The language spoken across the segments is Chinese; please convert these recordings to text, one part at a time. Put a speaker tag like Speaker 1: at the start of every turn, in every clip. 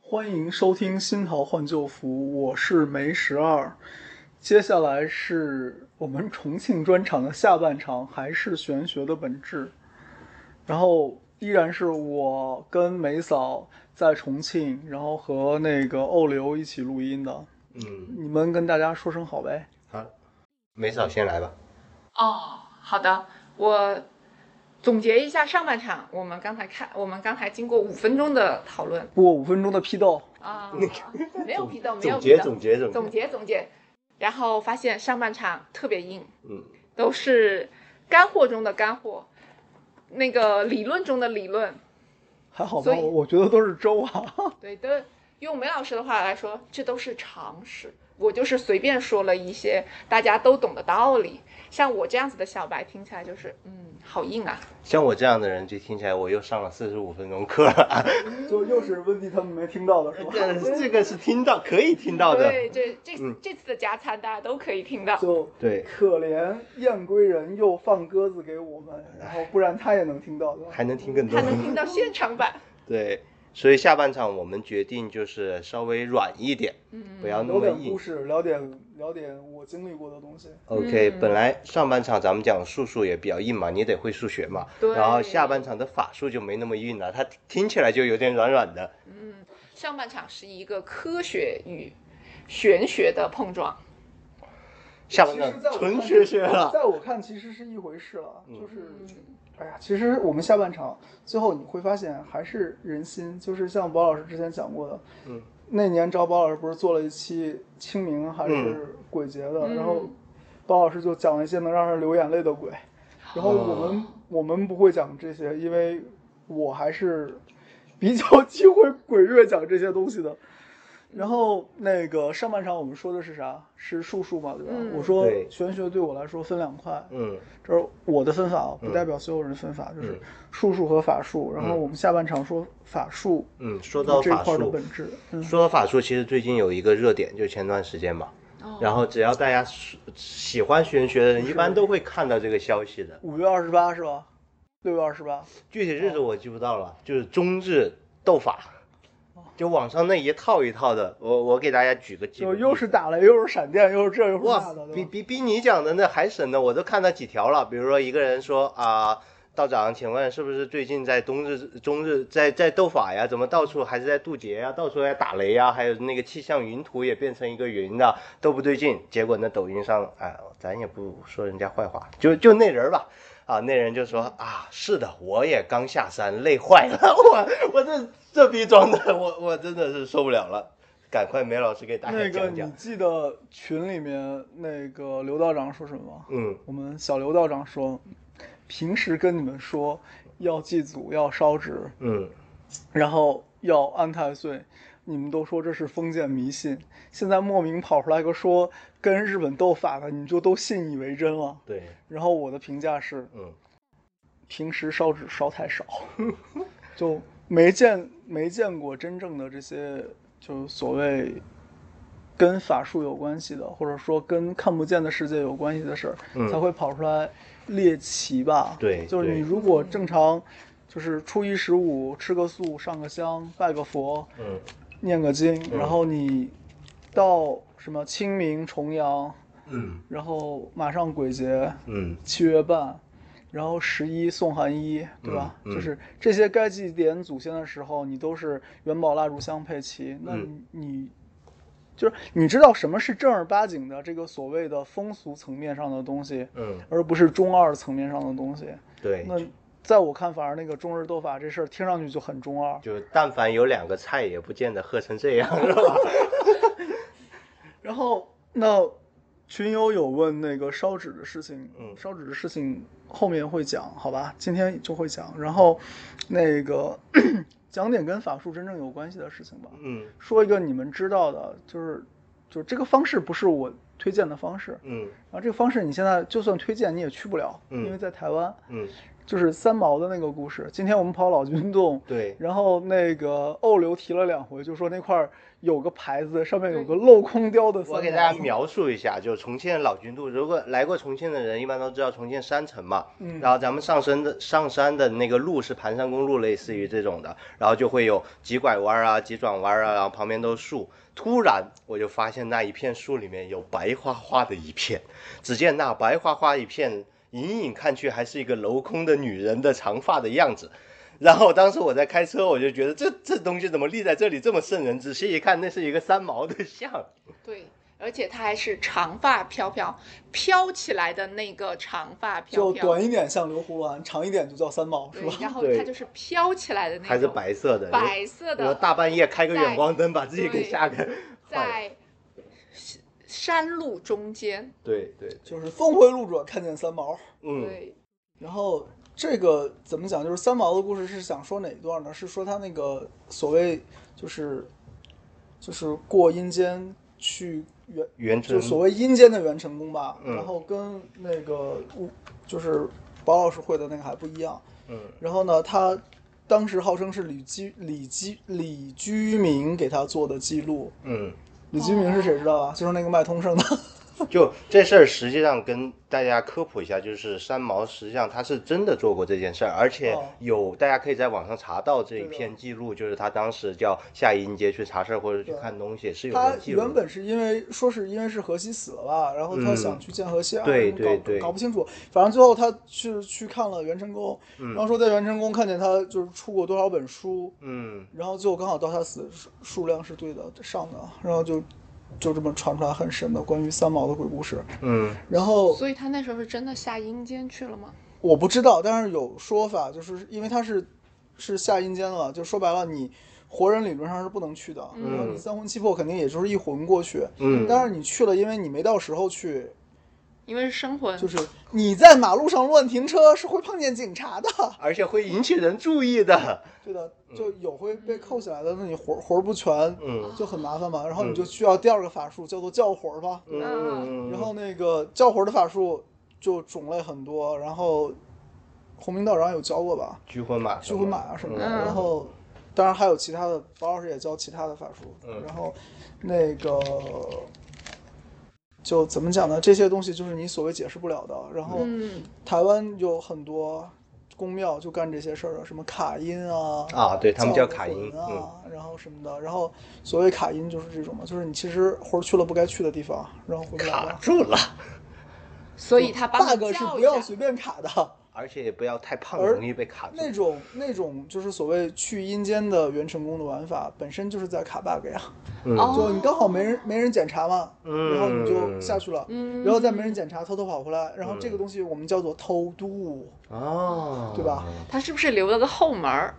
Speaker 1: 欢迎收听《新桃换旧符》，我是梅十二。接下来是我们重庆专场的下半场，还是玄学的本质。然后依然是我跟梅嫂在重庆，然后和那个欧刘一起录音的。
Speaker 2: 嗯，
Speaker 1: 你们跟大家说声好呗。
Speaker 2: 好，梅嫂先来吧。
Speaker 3: 哦，好的，我总结一下上半场，我们刚才看，我们刚才经过五分钟的讨论
Speaker 1: 过五分钟的批斗，
Speaker 3: 啊，没有批斗，没有
Speaker 2: 总
Speaker 3: 批
Speaker 2: 结
Speaker 3: 斗，
Speaker 2: 总结总
Speaker 3: 总
Speaker 2: 结，
Speaker 3: 结总结，然后发现上半场特别硬，
Speaker 2: 嗯，
Speaker 3: 都是干货中的干货，那个理论中的理论，
Speaker 1: 还好吧？
Speaker 3: 所以
Speaker 1: 我我觉得都是粥啊。
Speaker 3: 对的。用梅老师的话来说，这都是常识。我就是随便说了一些大家都懂的道理，像我这样子的小白听起来就是，嗯，好硬啊。
Speaker 2: 像我这样的人，就听起来我又上了四十五分钟课了。
Speaker 1: 就又是温迪他们没听到的是吧？
Speaker 2: 这这个是听到可以听到的，
Speaker 3: 对，这这、
Speaker 2: 嗯
Speaker 3: 这次的加餐大家都可以听到。
Speaker 1: 就
Speaker 2: 对，
Speaker 1: 可怜燕归人又放鸽子给我们，然后不然他也能听到的。
Speaker 2: 还能听更多
Speaker 3: 他。能听到现场版，
Speaker 2: 对，所以下半场我们决定就是稍微软一点，
Speaker 3: 嗯，
Speaker 2: 不要那
Speaker 1: 聊
Speaker 2: 么
Speaker 1: 点
Speaker 2: 硬
Speaker 1: 故。事，聊点聊点我经历过的东西。
Speaker 2: OK，、
Speaker 3: 嗯
Speaker 2: 本来上半场咱们讲术数也比较硬嘛，你得会数学嘛。
Speaker 3: 对
Speaker 2: 嗯然后下半场的法术就没那么硬了，它听起来就有点软软的。
Speaker 3: 上半场是一个科学与玄学的碰撞，
Speaker 2: 下半
Speaker 1: 其实
Speaker 2: 场
Speaker 1: 在我看
Speaker 2: 纯学学啊了。
Speaker 1: 在我看其实是一回事了，就是
Speaker 3: 嗯，
Speaker 1: 哎呀，其实我们下半场最后你会发现还是人心，就是像宝老师之前讲过的，
Speaker 2: 嗯，
Speaker 1: 那年找宝老师不是做了一期清明还
Speaker 2: 嗯
Speaker 1: 是鬼节的，然后包老师就讲了一些能让人流眼泪的鬼，然后我们、
Speaker 2: 嗯
Speaker 1: 我们不会讲这些，因为我还是比较忌讳鬼月讲这些东西的。然后那个上半场我们说的是啥？是术数嘛，对吧？
Speaker 3: 嗯
Speaker 1: 我说
Speaker 2: 对
Speaker 1: 玄学对我来说分两块，
Speaker 2: 嗯
Speaker 1: 这是我的分法，哦，不
Speaker 2: 嗯
Speaker 1: 代表所有人分法，就是
Speaker 2: 嗯
Speaker 1: 术数和法术。然后我们下半场说法术
Speaker 2: 嗯，说到
Speaker 1: 这一
Speaker 2: 法
Speaker 1: 块的
Speaker 2: 术，
Speaker 1: 本质，嗯，
Speaker 2: 说到法术，其实最近有一个热点，就前段时间嘛。然后只要大家喜喜欢玄学的人，一般都会看到这个消息的。
Speaker 1: 五月二十八是吧？六月二十八，
Speaker 2: 具体日子我记不到了，就是中日斗法，就网上那一套一套的。我我给大家举个几个
Speaker 1: 就
Speaker 2: 例子，
Speaker 1: 又是打雷，又是闪电，又是这，又是
Speaker 2: 哇
Speaker 1: 那的，，对
Speaker 2: 比
Speaker 1: 吧？
Speaker 2: 比比你讲的那还神呢，我都看到几条了。比如说一个人说啊、道长，请问是不是最近在冬日中日在在斗法呀？怎么到处还是在渡劫呀？到处在打雷呀？还有那个气象云图也变成一个云的，都不对劲。结果那抖音上，哎，咱也不说人家坏话，就就那人吧。啊，那人就说啊，是的，我也刚下山，累坏了，我我这这逼装的，我我真的是受不了了，赶快梅老师给大家
Speaker 1: 那个
Speaker 2: 讲
Speaker 1: 你
Speaker 2: 讲，
Speaker 1: 记得群里面那个刘道长说什么吗？
Speaker 2: 嗯。
Speaker 1: 我们小刘道长说，平时跟你们说要祭祖、要烧纸，
Speaker 2: 嗯
Speaker 1: 然后要安太岁，你们都说这是封建迷信。现在莫名跑出来个说跟日本斗法的，你就都信以为真了。
Speaker 2: 对，
Speaker 1: 然后我的评价是，
Speaker 2: 嗯，
Speaker 1: 平时烧纸烧太少， 就没见没见过真正的这些，就所谓跟法术有关系的，或者说跟看不见的世界有关系的事儿，
Speaker 2: 嗯
Speaker 1: 才会跑出来猎奇吧。
Speaker 2: 对
Speaker 1: 就是你
Speaker 2: 对
Speaker 1: 如果正常，就是初一十五吃个素、上个香、拜个佛、
Speaker 2: 嗯
Speaker 1: 念个经，然后你到什么清明、重阳，
Speaker 2: 嗯
Speaker 1: 然后马上鬼节，
Speaker 2: 嗯
Speaker 1: 七月半，然后十一送寒衣，对吧？
Speaker 2: 嗯嗯
Speaker 1: 就是这些该祭奠祖先的时候，你都是元宝蜡烛香配齐。那
Speaker 2: 嗯
Speaker 1: 你,、你就是你知道什么是正儿八经的这个所谓的风俗层面上的东西，
Speaker 2: 嗯，
Speaker 1: 而不是中二层面上的东西。
Speaker 2: 对，
Speaker 1: 那在我看，反而那个中日斗法这事儿听上去就很中二。
Speaker 2: 就但凡有两个菜，也不见得喝成这样，是吧？
Speaker 1: 然后那群友有问那个烧纸的事情，
Speaker 2: 嗯
Speaker 1: 烧纸的事情后面会讲，好吧，今天就会讲。然后那个 讲点跟法术真正有关系的事情吧，
Speaker 2: 嗯
Speaker 1: 说一个你们知道的，就是就是这个方式不是我推荐的方式，
Speaker 2: 嗯
Speaker 1: 然后这个方式你现在就算推荐你也去不了，
Speaker 2: 嗯
Speaker 1: 因为在台湾。
Speaker 2: 嗯
Speaker 1: 就是三毛的那个故事。今天我们跑老君洞，
Speaker 2: 对，
Speaker 1: 然后那个欧流提了两回，就说那块儿有个牌子，上面有个镂空雕的三毛。
Speaker 2: 我给大家描述一下，就重庆的老君渡，如果来过重庆的人，一般都知道重庆山城嘛。
Speaker 1: 嗯
Speaker 2: 然后咱们上山的上山的那个路是盘山公路，类似于这种的，然后就会有急拐弯啊、急转弯啊，然后旁边都是树。突然我就发现那一片树里面有白花花的一片，只见那白花花一片，隐隐看去还是一个镂空的女人的长发的样子。然后当时我在开车，我就觉得这这东西怎么立在这里这么瘆人？仔细一看，那是一个三毛的像。
Speaker 3: 对，而且它还是长发飘飘，飘起来的那个长发飘
Speaker 1: 就
Speaker 3: 飘，
Speaker 1: 短一点像刘胡兰，长一点就叫三毛，是
Speaker 3: 对
Speaker 1: 吧？
Speaker 3: 然后
Speaker 2: 对
Speaker 3: 它就是飘起来的那种，
Speaker 2: 还是白色的，
Speaker 3: 白色
Speaker 2: 我
Speaker 3: 的，
Speaker 2: 大半夜开个远光灯把自己给吓个坏了。
Speaker 3: 在山路中间，
Speaker 2: 对对，对
Speaker 1: 就是峰回路转看见三毛。
Speaker 2: 嗯，
Speaker 3: 对，
Speaker 1: 然后这个怎么讲？就是三毛的故事是想说哪一段呢？是说他那个所谓就是就是过阴间去元，
Speaker 2: 原
Speaker 1: 就
Speaker 2: 汁
Speaker 1: 所谓阴间的元辰宫吧。
Speaker 2: 嗯
Speaker 1: 然后跟那个乌就是宝老师会的那个还不一样。
Speaker 2: 嗯
Speaker 1: 然后呢，他当时号称是李居李居李居明给他做的记录。
Speaker 2: 嗯，
Speaker 1: 李居明是谁知道吧？就是那个卖通胜的。
Speaker 2: 就这事儿实际上跟大家科普一下，就是三毛实际上他是真的做过这件事儿，而且
Speaker 1: 哦
Speaker 2: 有大家可以在网上查到这一
Speaker 1: 对的
Speaker 2: 篇记录，就是他当时叫夏银街去查事儿或者去
Speaker 1: 对
Speaker 2: 看东西是有
Speaker 1: 他
Speaker 2: 人记录
Speaker 1: 原
Speaker 2: 的。
Speaker 1: 本是因为说是因为是荷西死了吧，然后他
Speaker 2: 嗯
Speaker 1: 想去见荷西啊，
Speaker 2: 对
Speaker 1: 什么
Speaker 2: 对
Speaker 1: 搞
Speaker 2: 对
Speaker 1: 搞不清楚，反正最后他是去看了元辰宫，然后说在元辰宫看见他就是出过多少本书，
Speaker 2: 嗯，
Speaker 1: 然后最后刚好到他死数数量是对的上的，啊然后就就这么传出来很深的关于三毛的鬼故事，
Speaker 2: 嗯，
Speaker 1: 然后
Speaker 3: 所以他那时候是真的下阴间去了吗？
Speaker 1: 我不知道，但是有说法，就是因为他是是下阴间了，就说白了，你活人理论上是不能去的，
Speaker 3: 嗯
Speaker 1: 然后你三魂七魄肯定也就是一魂过去，
Speaker 2: 嗯
Speaker 1: 但是你去了，因为你没到时候去，
Speaker 3: 因为是生魂，
Speaker 1: 就是你在马路上乱停车是会碰见警察的，
Speaker 2: 而且会引起人注意的。
Speaker 1: 对的，就有会被扣起来的，那你魂魂儿不全，
Speaker 2: 嗯
Speaker 1: 就很麻烦嘛，然后你就需要第二个法术叫做叫魂儿吧，
Speaker 2: 嗯嗯，嗯
Speaker 1: 然后那个叫魂儿的法术就种类很多，然后洪明道长有教过吧？
Speaker 2: 拘魂马
Speaker 1: 驱
Speaker 2: 什么的，
Speaker 1: 魂马啊什么的，
Speaker 3: 嗯
Speaker 1: 然后当然还有其他的，包老师也教其他的法术，
Speaker 2: 嗯
Speaker 1: 然后那个就怎么讲呢？这些东西就是你所谓解释不了的。然后
Speaker 3: 嗯，
Speaker 1: 台湾有很多宫庙就干这些事儿了，什么卡音啊，
Speaker 2: 啊，对他们
Speaker 1: 教
Speaker 2: 叫卡因，
Speaker 1: 魂
Speaker 2: 嗯。
Speaker 1: 啊，然后什么的，然后所谓卡音就是这种嘛，就是你其实魂儿去了不该去的地方，然后回不来
Speaker 2: 卡
Speaker 1: 了。
Speaker 2: 住了，
Speaker 3: 所以他帮你
Speaker 1: bug 是
Speaker 3: 叫
Speaker 1: 不
Speaker 3: 一
Speaker 1: 要
Speaker 3: 下
Speaker 1: 随便卡的。
Speaker 2: 而且也不要太胖，
Speaker 1: 而
Speaker 2: 容易被卡住。
Speaker 1: 那种那种就是所谓去阴间的元成功的玩法，本身就是在卡 bug 呀。
Speaker 3: 哦
Speaker 1: 就你刚好没人没人检查嘛，
Speaker 2: 嗯
Speaker 1: 然后你就下去了，
Speaker 3: 嗯
Speaker 1: 然后再没人检查，偷偷跑回来，然后这个东西我们叫做偷渡，
Speaker 2: 哦，
Speaker 1: 对吧？
Speaker 3: 他是不是留了个后门儿？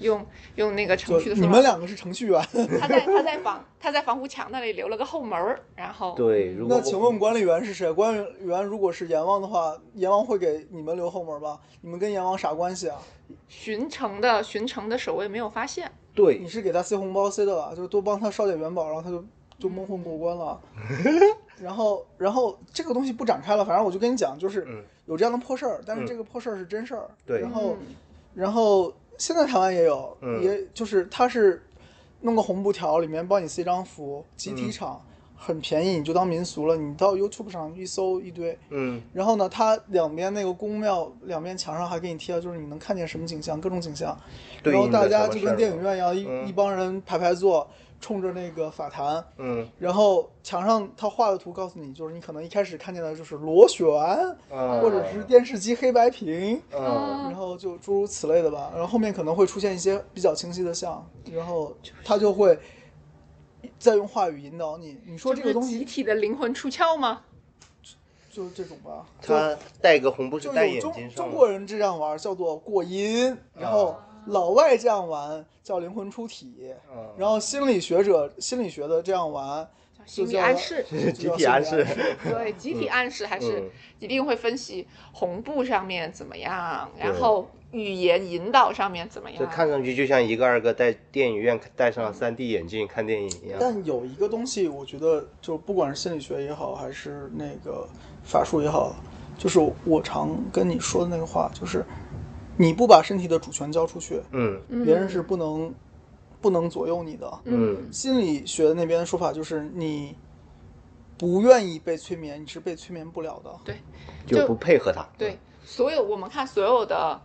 Speaker 3: 用用那个
Speaker 1: 就
Speaker 3: 程序的
Speaker 1: 你
Speaker 3: 说法
Speaker 1: 们两个是程序员，
Speaker 3: 他在他在防 他在防护墙那里留了个后门儿，然后
Speaker 2: 对，如果
Speaker 1: 那请问管理员是谁？管理员如果是阎王的话，阎王会给你们留后门吧？你们跟阎王啥关系啊？
Speaker 3: 巡城的巡城的守卫没有发现，
Speaker 2: 对
Speaker 1: 你是给他塞红包塞的吧？就是多帮他烧点元宝，然后他就就蒙混过关 了。然后，然后这个东西不展开了，反正我就跟你讲，就是
Speaker 2: 嗯
Speaker 1: 有这样的破事儿，但是
Speaker 2: 嗯
Speaker 1: 这个破事儿是真事儿。
Speaker 2: 对
Speaker 1: 然后，
Speaker 3: 嗯
Speaker 1: 然后现在台湾也有，
Speaker 2: 嗯
Speaker 1: 也就是他是弄个红布条，里面帮你塞张符，集
Speaker 2: 嗯
Speaker 1: 体场、很便宜，你就当民俗了。你到 YouTube 上一搜一堆，
Speaker 2: 嗯
Speaker 1: 然后呢，它两边那个宫庙两边墙上还给你贴了，就是你能看见什么景象，各种景象。
Speaker 2: 对
Speaker 1: 然后
Speaker 2: 应的
Speaker 1: 大家
Speaker 2: 什么
Speaker 1: 就
Speaker 2: 事儿
Speaker 1: 跟电影院一样，一、
Speaker 2: 嗯
Speaker 1: 一帮人排排坐，冲着那个法坛。
Speaker 2: 嗯
Speaker 1: 然后墙上他画的图告诉你，就是你可能一开始看见的就是螺旋，
Speaker 2: 啊，
Speaker 1: 或者是电视机黑白屏，
Speaker 2: 嗯
Speaker 1: 然后就诸如此类的吧。然后后面可能会出现一些比较清晰的像，然后他就会再用话语引导你。你说这
Speaker 3: 这
Speaker 1: 个
Speaker 3: 不是
Speaker 1: 东
Speaker 3: 集
Speaker 1: 西
Speaker 3: 体的灵魂出窍吗？
Speaker 1: 就是这种吧，就
Speaker 2: 他戴个红布是
Speaker 1: 就
Speaker 2: 戴
Speaker 1: 有
Speaker 2: 眼
Speaker 1: 中
Speaker 2: 睛
Speaker 1: 中
Speaker 2: 上啊
Speaker 1: 国
Speaker 2: 的，
Speaker 1: 人这样玩儿叫做过阴，然后老外这样玩叫灵魂出体，
Speaker 2: 嗯
Speaker 1: 然后心理学者心理学的这样玩就
Speaker 3: 叫心理
Speaker 1: 叫
Speaker 3: 暗示，
Speaker 1: 就
Speaker 2: 集
Speaker 1: 叫
Speaker 2: 体
Speaker 1: 心
Speaker 2: 暗
Speaker 1: 理
Speaker 2: 示
Speaker 3: 对，集体暗示还是
Speaker 2: 嗯
Speaker 3: 一定会分析红布上面怎么样，
Speaker 2: 对
Speaker 3: 然后语言引导上面怎么
Speaker 2: 这
Speaker 3: 样，
Speaker 2: 看上去就像一个二个在电影院戴上了 3D 眼镜看电影一样。
Speaker 1: 但有一个东西，我觉得就不管是心理学也好，还是那个法术也好，就是我常跟你说的那个话，就是你不把身体的主权交出去，
Speaker 2: 嗯
Speaker 1: 别人是不能不能左右你的。
Speaker 2: 嗯
Speaker 1: 心理学那边说法就是，你不愿意被催眠，你是被催眠不了的。
Speaker 2: 就不配合他。
Speaker 1: 嗯
Speaker 3: 对，所有我们看所有的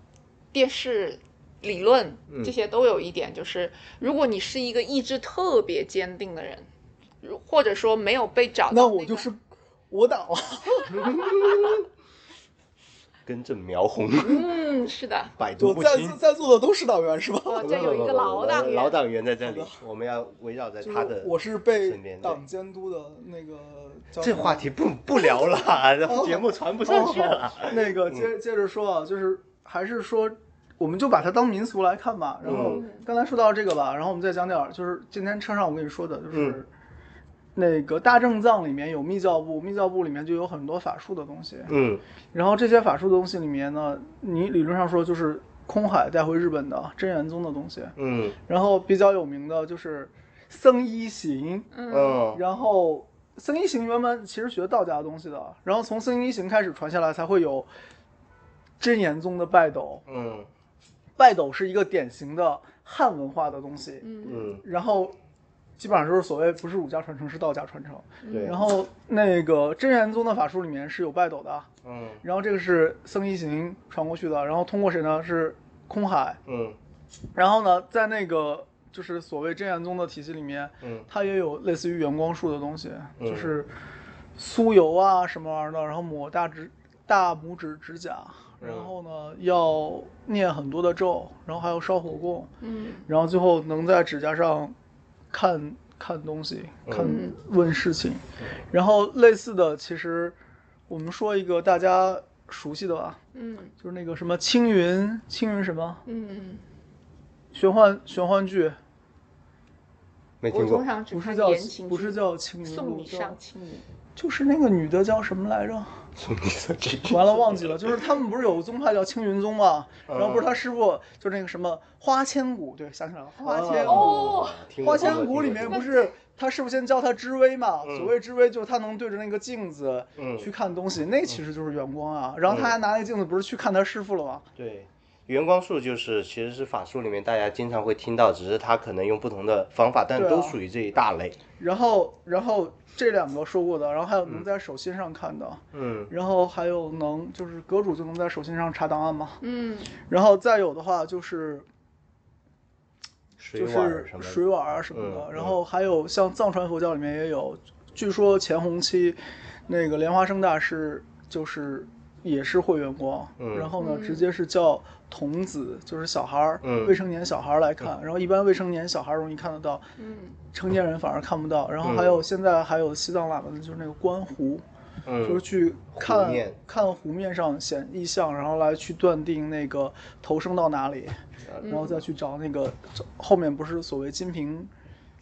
Speaker 3: 电视理论，
Speaker 1: 嗯
Speaker 3: 这些都有一点，就是如果你是一个意志特别坚定的人，如或者说没有被找到、
Speaker 1: 那
Speaker 3: 个，
Speaker 1: 我就是我党啊！
Speaker 2: 根正苗红，
Speaker 3: 嗯，是的，
Speaker 2: 百毒
Speaker 1: 我
Speaker 2: 不
Speaker 1: 在
Speaker 2: 侵。
Speaker 1: 在座的都是党员是吧？
Speaker 3: 哇，
Speaker 2: 不
Speaker 3: 这有一
Speaker 2: 不
Speaker 3: 个
Speaker 2: 不
Speaker 3: 老党员，
Speaker 2: 老党员在这里
Speaker 1: 好的，
Speaker 2: 我们要围绕在
Speaker 1: 就
Speaker 2: 他的
Speaker 1: 是。我是
Speaker 2: 身
Speaker 1: 被
Speaker 2: 边对
Speaker 1: 党监督的那个哦叫
Speaker 2: 这
Speaker 1: 什么
Speaker 2: 话题不不聊了，
Speaker 1: 哦
Speaker 2: 节目传不上去了。嗯
Speaker 1: 那个接接着说啊，就是还是说，我们就把它当民俗来看吧。然后
Speaker 2: 嗯
Speaker 1: 刚才说到这个吧，然后我们再讲点儿，就是今天车上我跟你说的，就是、
Speaker 2: 嗯
Speaker 1: 那个大正藏里面有密教部，密教部里面就有很多法术的东西。
Speaker 2: 嗯
Speaker 1: 然后这些法术的东西里面呢，你理论上说就是空海带回日本的真元宗的东西，
Speaker 2: 嗯
Speaker 1: 然后比较有名的就是僧一行，
Speaker 3: 嗯
Speaker 2: 嗯
Speaker 1: 然后僧一行原本其实学道家的东西的，然后从僧一行开始传下来，才会有真言宗的拜斗。
Speaker 2: 嗯
Speaker 1: 拜斗是一个典型的汉文化的东西，
Speaker 3: 嗯
Speaker 2: 嗯，
Speaker 1: 然后基本上就是所谓不是儒家传承，是道家传承。
Speaker 2: 嗯对
Speaker 1: 然。后那个真言宗的法术里面是有拜斗的，
Speaker 2: 嗯
Speaker 1: 然后这个是僧一行传过去的，然后通过谁呢？是空海。
Speaker 2: 嗯
Speaker 1: 然后呢，在那个就是所谓真言宗的体系里面，
Speaker 2: 嗯
Speaker 1: 它也有类似于圆光术的东西，
Speaker 2: 嗯
Speaker 1: 就是酥油啊什么玩意儿的，然后抹大指大拇指指甲，
Speaker 2: 嗯
Speaker 1: 然后呢要念很多的咒，然后还有烧火供，
Speaker 3: 嗯
Speaker 1: 然后最后能在指甲上看看东西，看
Speaker 3: 嗯
Speaker 1: 问事情，
Speaker 2: 嗯
Speaker 1: 然后类似的其实我们说一个大家熟悉的吧，
Speaker 3: 嗯
Speaker 1: 就是那个什么青云青云什么
Speaker 3: 嗯，
Speaker 1: 玄幻玄幻剧，
Speaker 2: 没
Speaker 3: 嗯我
Speaker 2: 听过
Speaker 3: 通。常只
Speaker 1: 不是
Speaker 3: 看
Speaker 1: 叫
Speaker 3: 言情
Speaker 1: 不是
Speaker 3: 剧
Speaker 1: 叫青云
Speaker 3: 送
Speaker 1: 路
Speaker 3: 你
Speaker 1: 叫
Speaker 3: 上。青云，
Speaker 1: 就是那个女的叫什么 来着？ 完了忘记了。就是他们不是有个宗派叫青云宗吗？
Speaker 2: 嗯
Speaker 1: 然后不是他师傅就那个什么花千骨，对，想起来了，花千骨。
Speaker 3: 哦
Speaker 2: 听过
Speaker 1: 花千骨里面不是他师傅先教他知微嘛？
Speaker 2: 嗯
Speaker 1: 所谓知微就是他能对着那个镜子
Speaker 2: 嗯
Speaker 1: 去看东西，那其实就是远光啊。然后他还拿那个镜子不是去看他师傅了吗？
Speaker 2: 对，圆光术就是其实是法术里面大家经常会听到，只是它可能用不同的方法，但
Speaker 1: 对啊
Speaker 2: 都属于这一大类。
Speaker 1: 然后，然后这两个说过的，然后还有能在手心上看的，
Speaker 2: 嗯
Speaker 1: 然后还有能就是阁主就能在手心上查档案嘛。
Speaker 3: 嗯
Speaker 1: 然后再有的话就是
Speaker 2: 水
Speaker 1: 就
Speaker 2: 碗
Speaker 1: 是
Speaker 2: 儿什么的。
Speaker 1: 水碗啊什么
Speaker 2: 嗯
Speaker 1: 的，
Speaker 2: 嗯
Speaker 1: 然后还有像藏传佛教里面也有，据说前弘期那个莲花生大师就是也是会圆光，
Speaker 2: 嗯
Speaker 1: 然后呢
Speaker 3: 嗯
Speaker 1: 直接是叫童子，就是小孩儿
Speaker 2: 嗯，
Speaker 1: 未成年小孩儿来看，然后一般未成年小孩儿容易看得到，
Speaker 3: 嗯
Speaker 1: 成年人反而看不到。然后还有现在还有西藏喇嘛的就是那个观湖，就是
Speaker 2: 嗯
Speaker 1: 去看
Speaker 2: 面
Speaker 1: 看湖面上显意象，然后来去断定那个投生到哪里，
Speaker 3: 嗯
Speaker 1: 然后再去找那个找后面不是所谓金瓶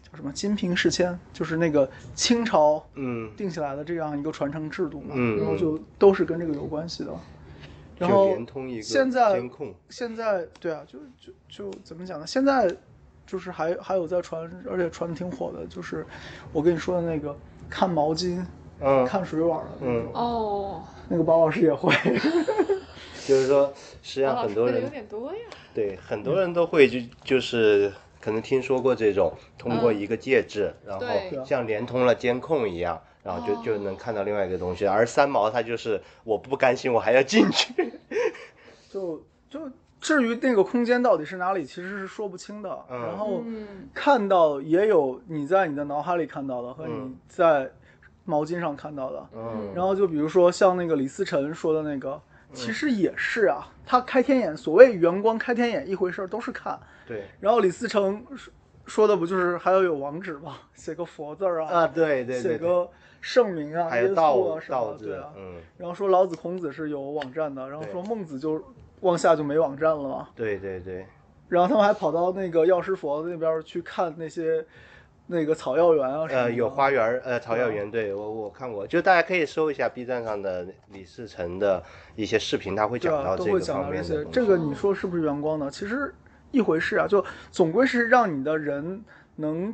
Speaker 1: 叫什么金瓶世迁，就是那个清朝
Speaker 2: 嗯
Speaker 1: 定下来的这样一个传承制度嘛，
Speaker 2: 嗯
Speaker 1: 然后就都是跟这个有关系的。然
Speaker 2: 就
Speaker 1: 后
Speaker 2: 连通一个
Speaker 1: 现在
Speaker 2: 监控。
Speaker 1: 现在对啊，就就就怎么讲呢？现在就是还还有在传，而且传的挺火的，就是我跟你说的那个看毛巾、
Speaker 2: 嗯，
Speaker 1: 看水碗的那种。
Speaker 3: 哦，
Speaker 1: 那个包老师也会，
Speaker 2: 就是说，实际
Speaker 3: 王
Speaker 1: 啊
Speaker 2: 上
Speaker 3: 老
Speaker 2: 很
Speaker 3: 师
Speaker 2: 多
Speaker 3: 会的有
Speaker 2: 人
Speaker 3: 点多呀，
Speaker 2: 对很多人都会就就是可能听说过这种，通
Speaker 1: 嗯
Speaker 2: 过一个介质，然
Speaker 3: 对
Speaker 2: 后像连通了监控一样。然后就就
Speaker 1: 哦
Speaker 2: 能看到另外一个东西，而三毛他就是我不甘心，我还要进去。
Speaker 1: 就就至于那个空间到底是哪里，其实是说不清的。
Speaker 2: 嗯
Speaker 1: 然后
Speaker 3: 嗯
Speaker 1: 看到也有你在你的脑海里看到的和你
Speaker 2: 嗯
Speaker 1: 在毛巾上看到的。
Speaker 2: 嗯
Speaker 1: 然后就比如说像那个李思晨说的那个，其实也是啊，他开天眼，所谓圆光开天眼一回事儿，都是看。
Speaker 2: 对
Speaker 1: 然后李思成说说的不就是还要有网址吗？写个佛字儿啊，
Speaker 2: 啊，对对
Speaker 1: 写
Speaker 2: 对，
Speaker 1: 个圣名啊，
Speaker 2: 还
Speaker 1: 耶
Speaker 2: 有
Speaker 1: 稣
Speaker 2: 道
Speaker 1: 啊什么
Speaker 2: 道
Speaker 1: 的，对
Speaker 2: 字
Speaker 1: 啊，。
Speaker 2: 嗯，
Speaker 1: 然后说老子、孔子是有网站的，然后
Speaker 2: 对
Speaker 1: 说孟子就往下就没网站了嘛。
Speaker 2: 对对对，
Speaker 1: 然后他们还跑到那个药师佛那边儿去看那些那个草药园啊什么的。
Speaker 2: 呃，有花园儿，
Speaker 1: 啊
Speaker 2: 呃，草药园，对我我看过，就大家可以搜一下 B 站上的李世成的一些视频，他会
Speaker 1: 对
Speaker 2: 讲
Speaker 1: 啊，
Speaker 2: 到
Speaker 1: 都
Speaker 2: 这
Speaker 1: 会
Speaker 2: 个
Speaker 1: 讲
Speaker 2: 方
Speaker 1: 到这
Speaker 2: 面的
Speaker 1: 些
Speaker 2: 东。西。
Speaker 1: 这个你说是不是阳光呢？其实一回事啊，就总归是让你的人能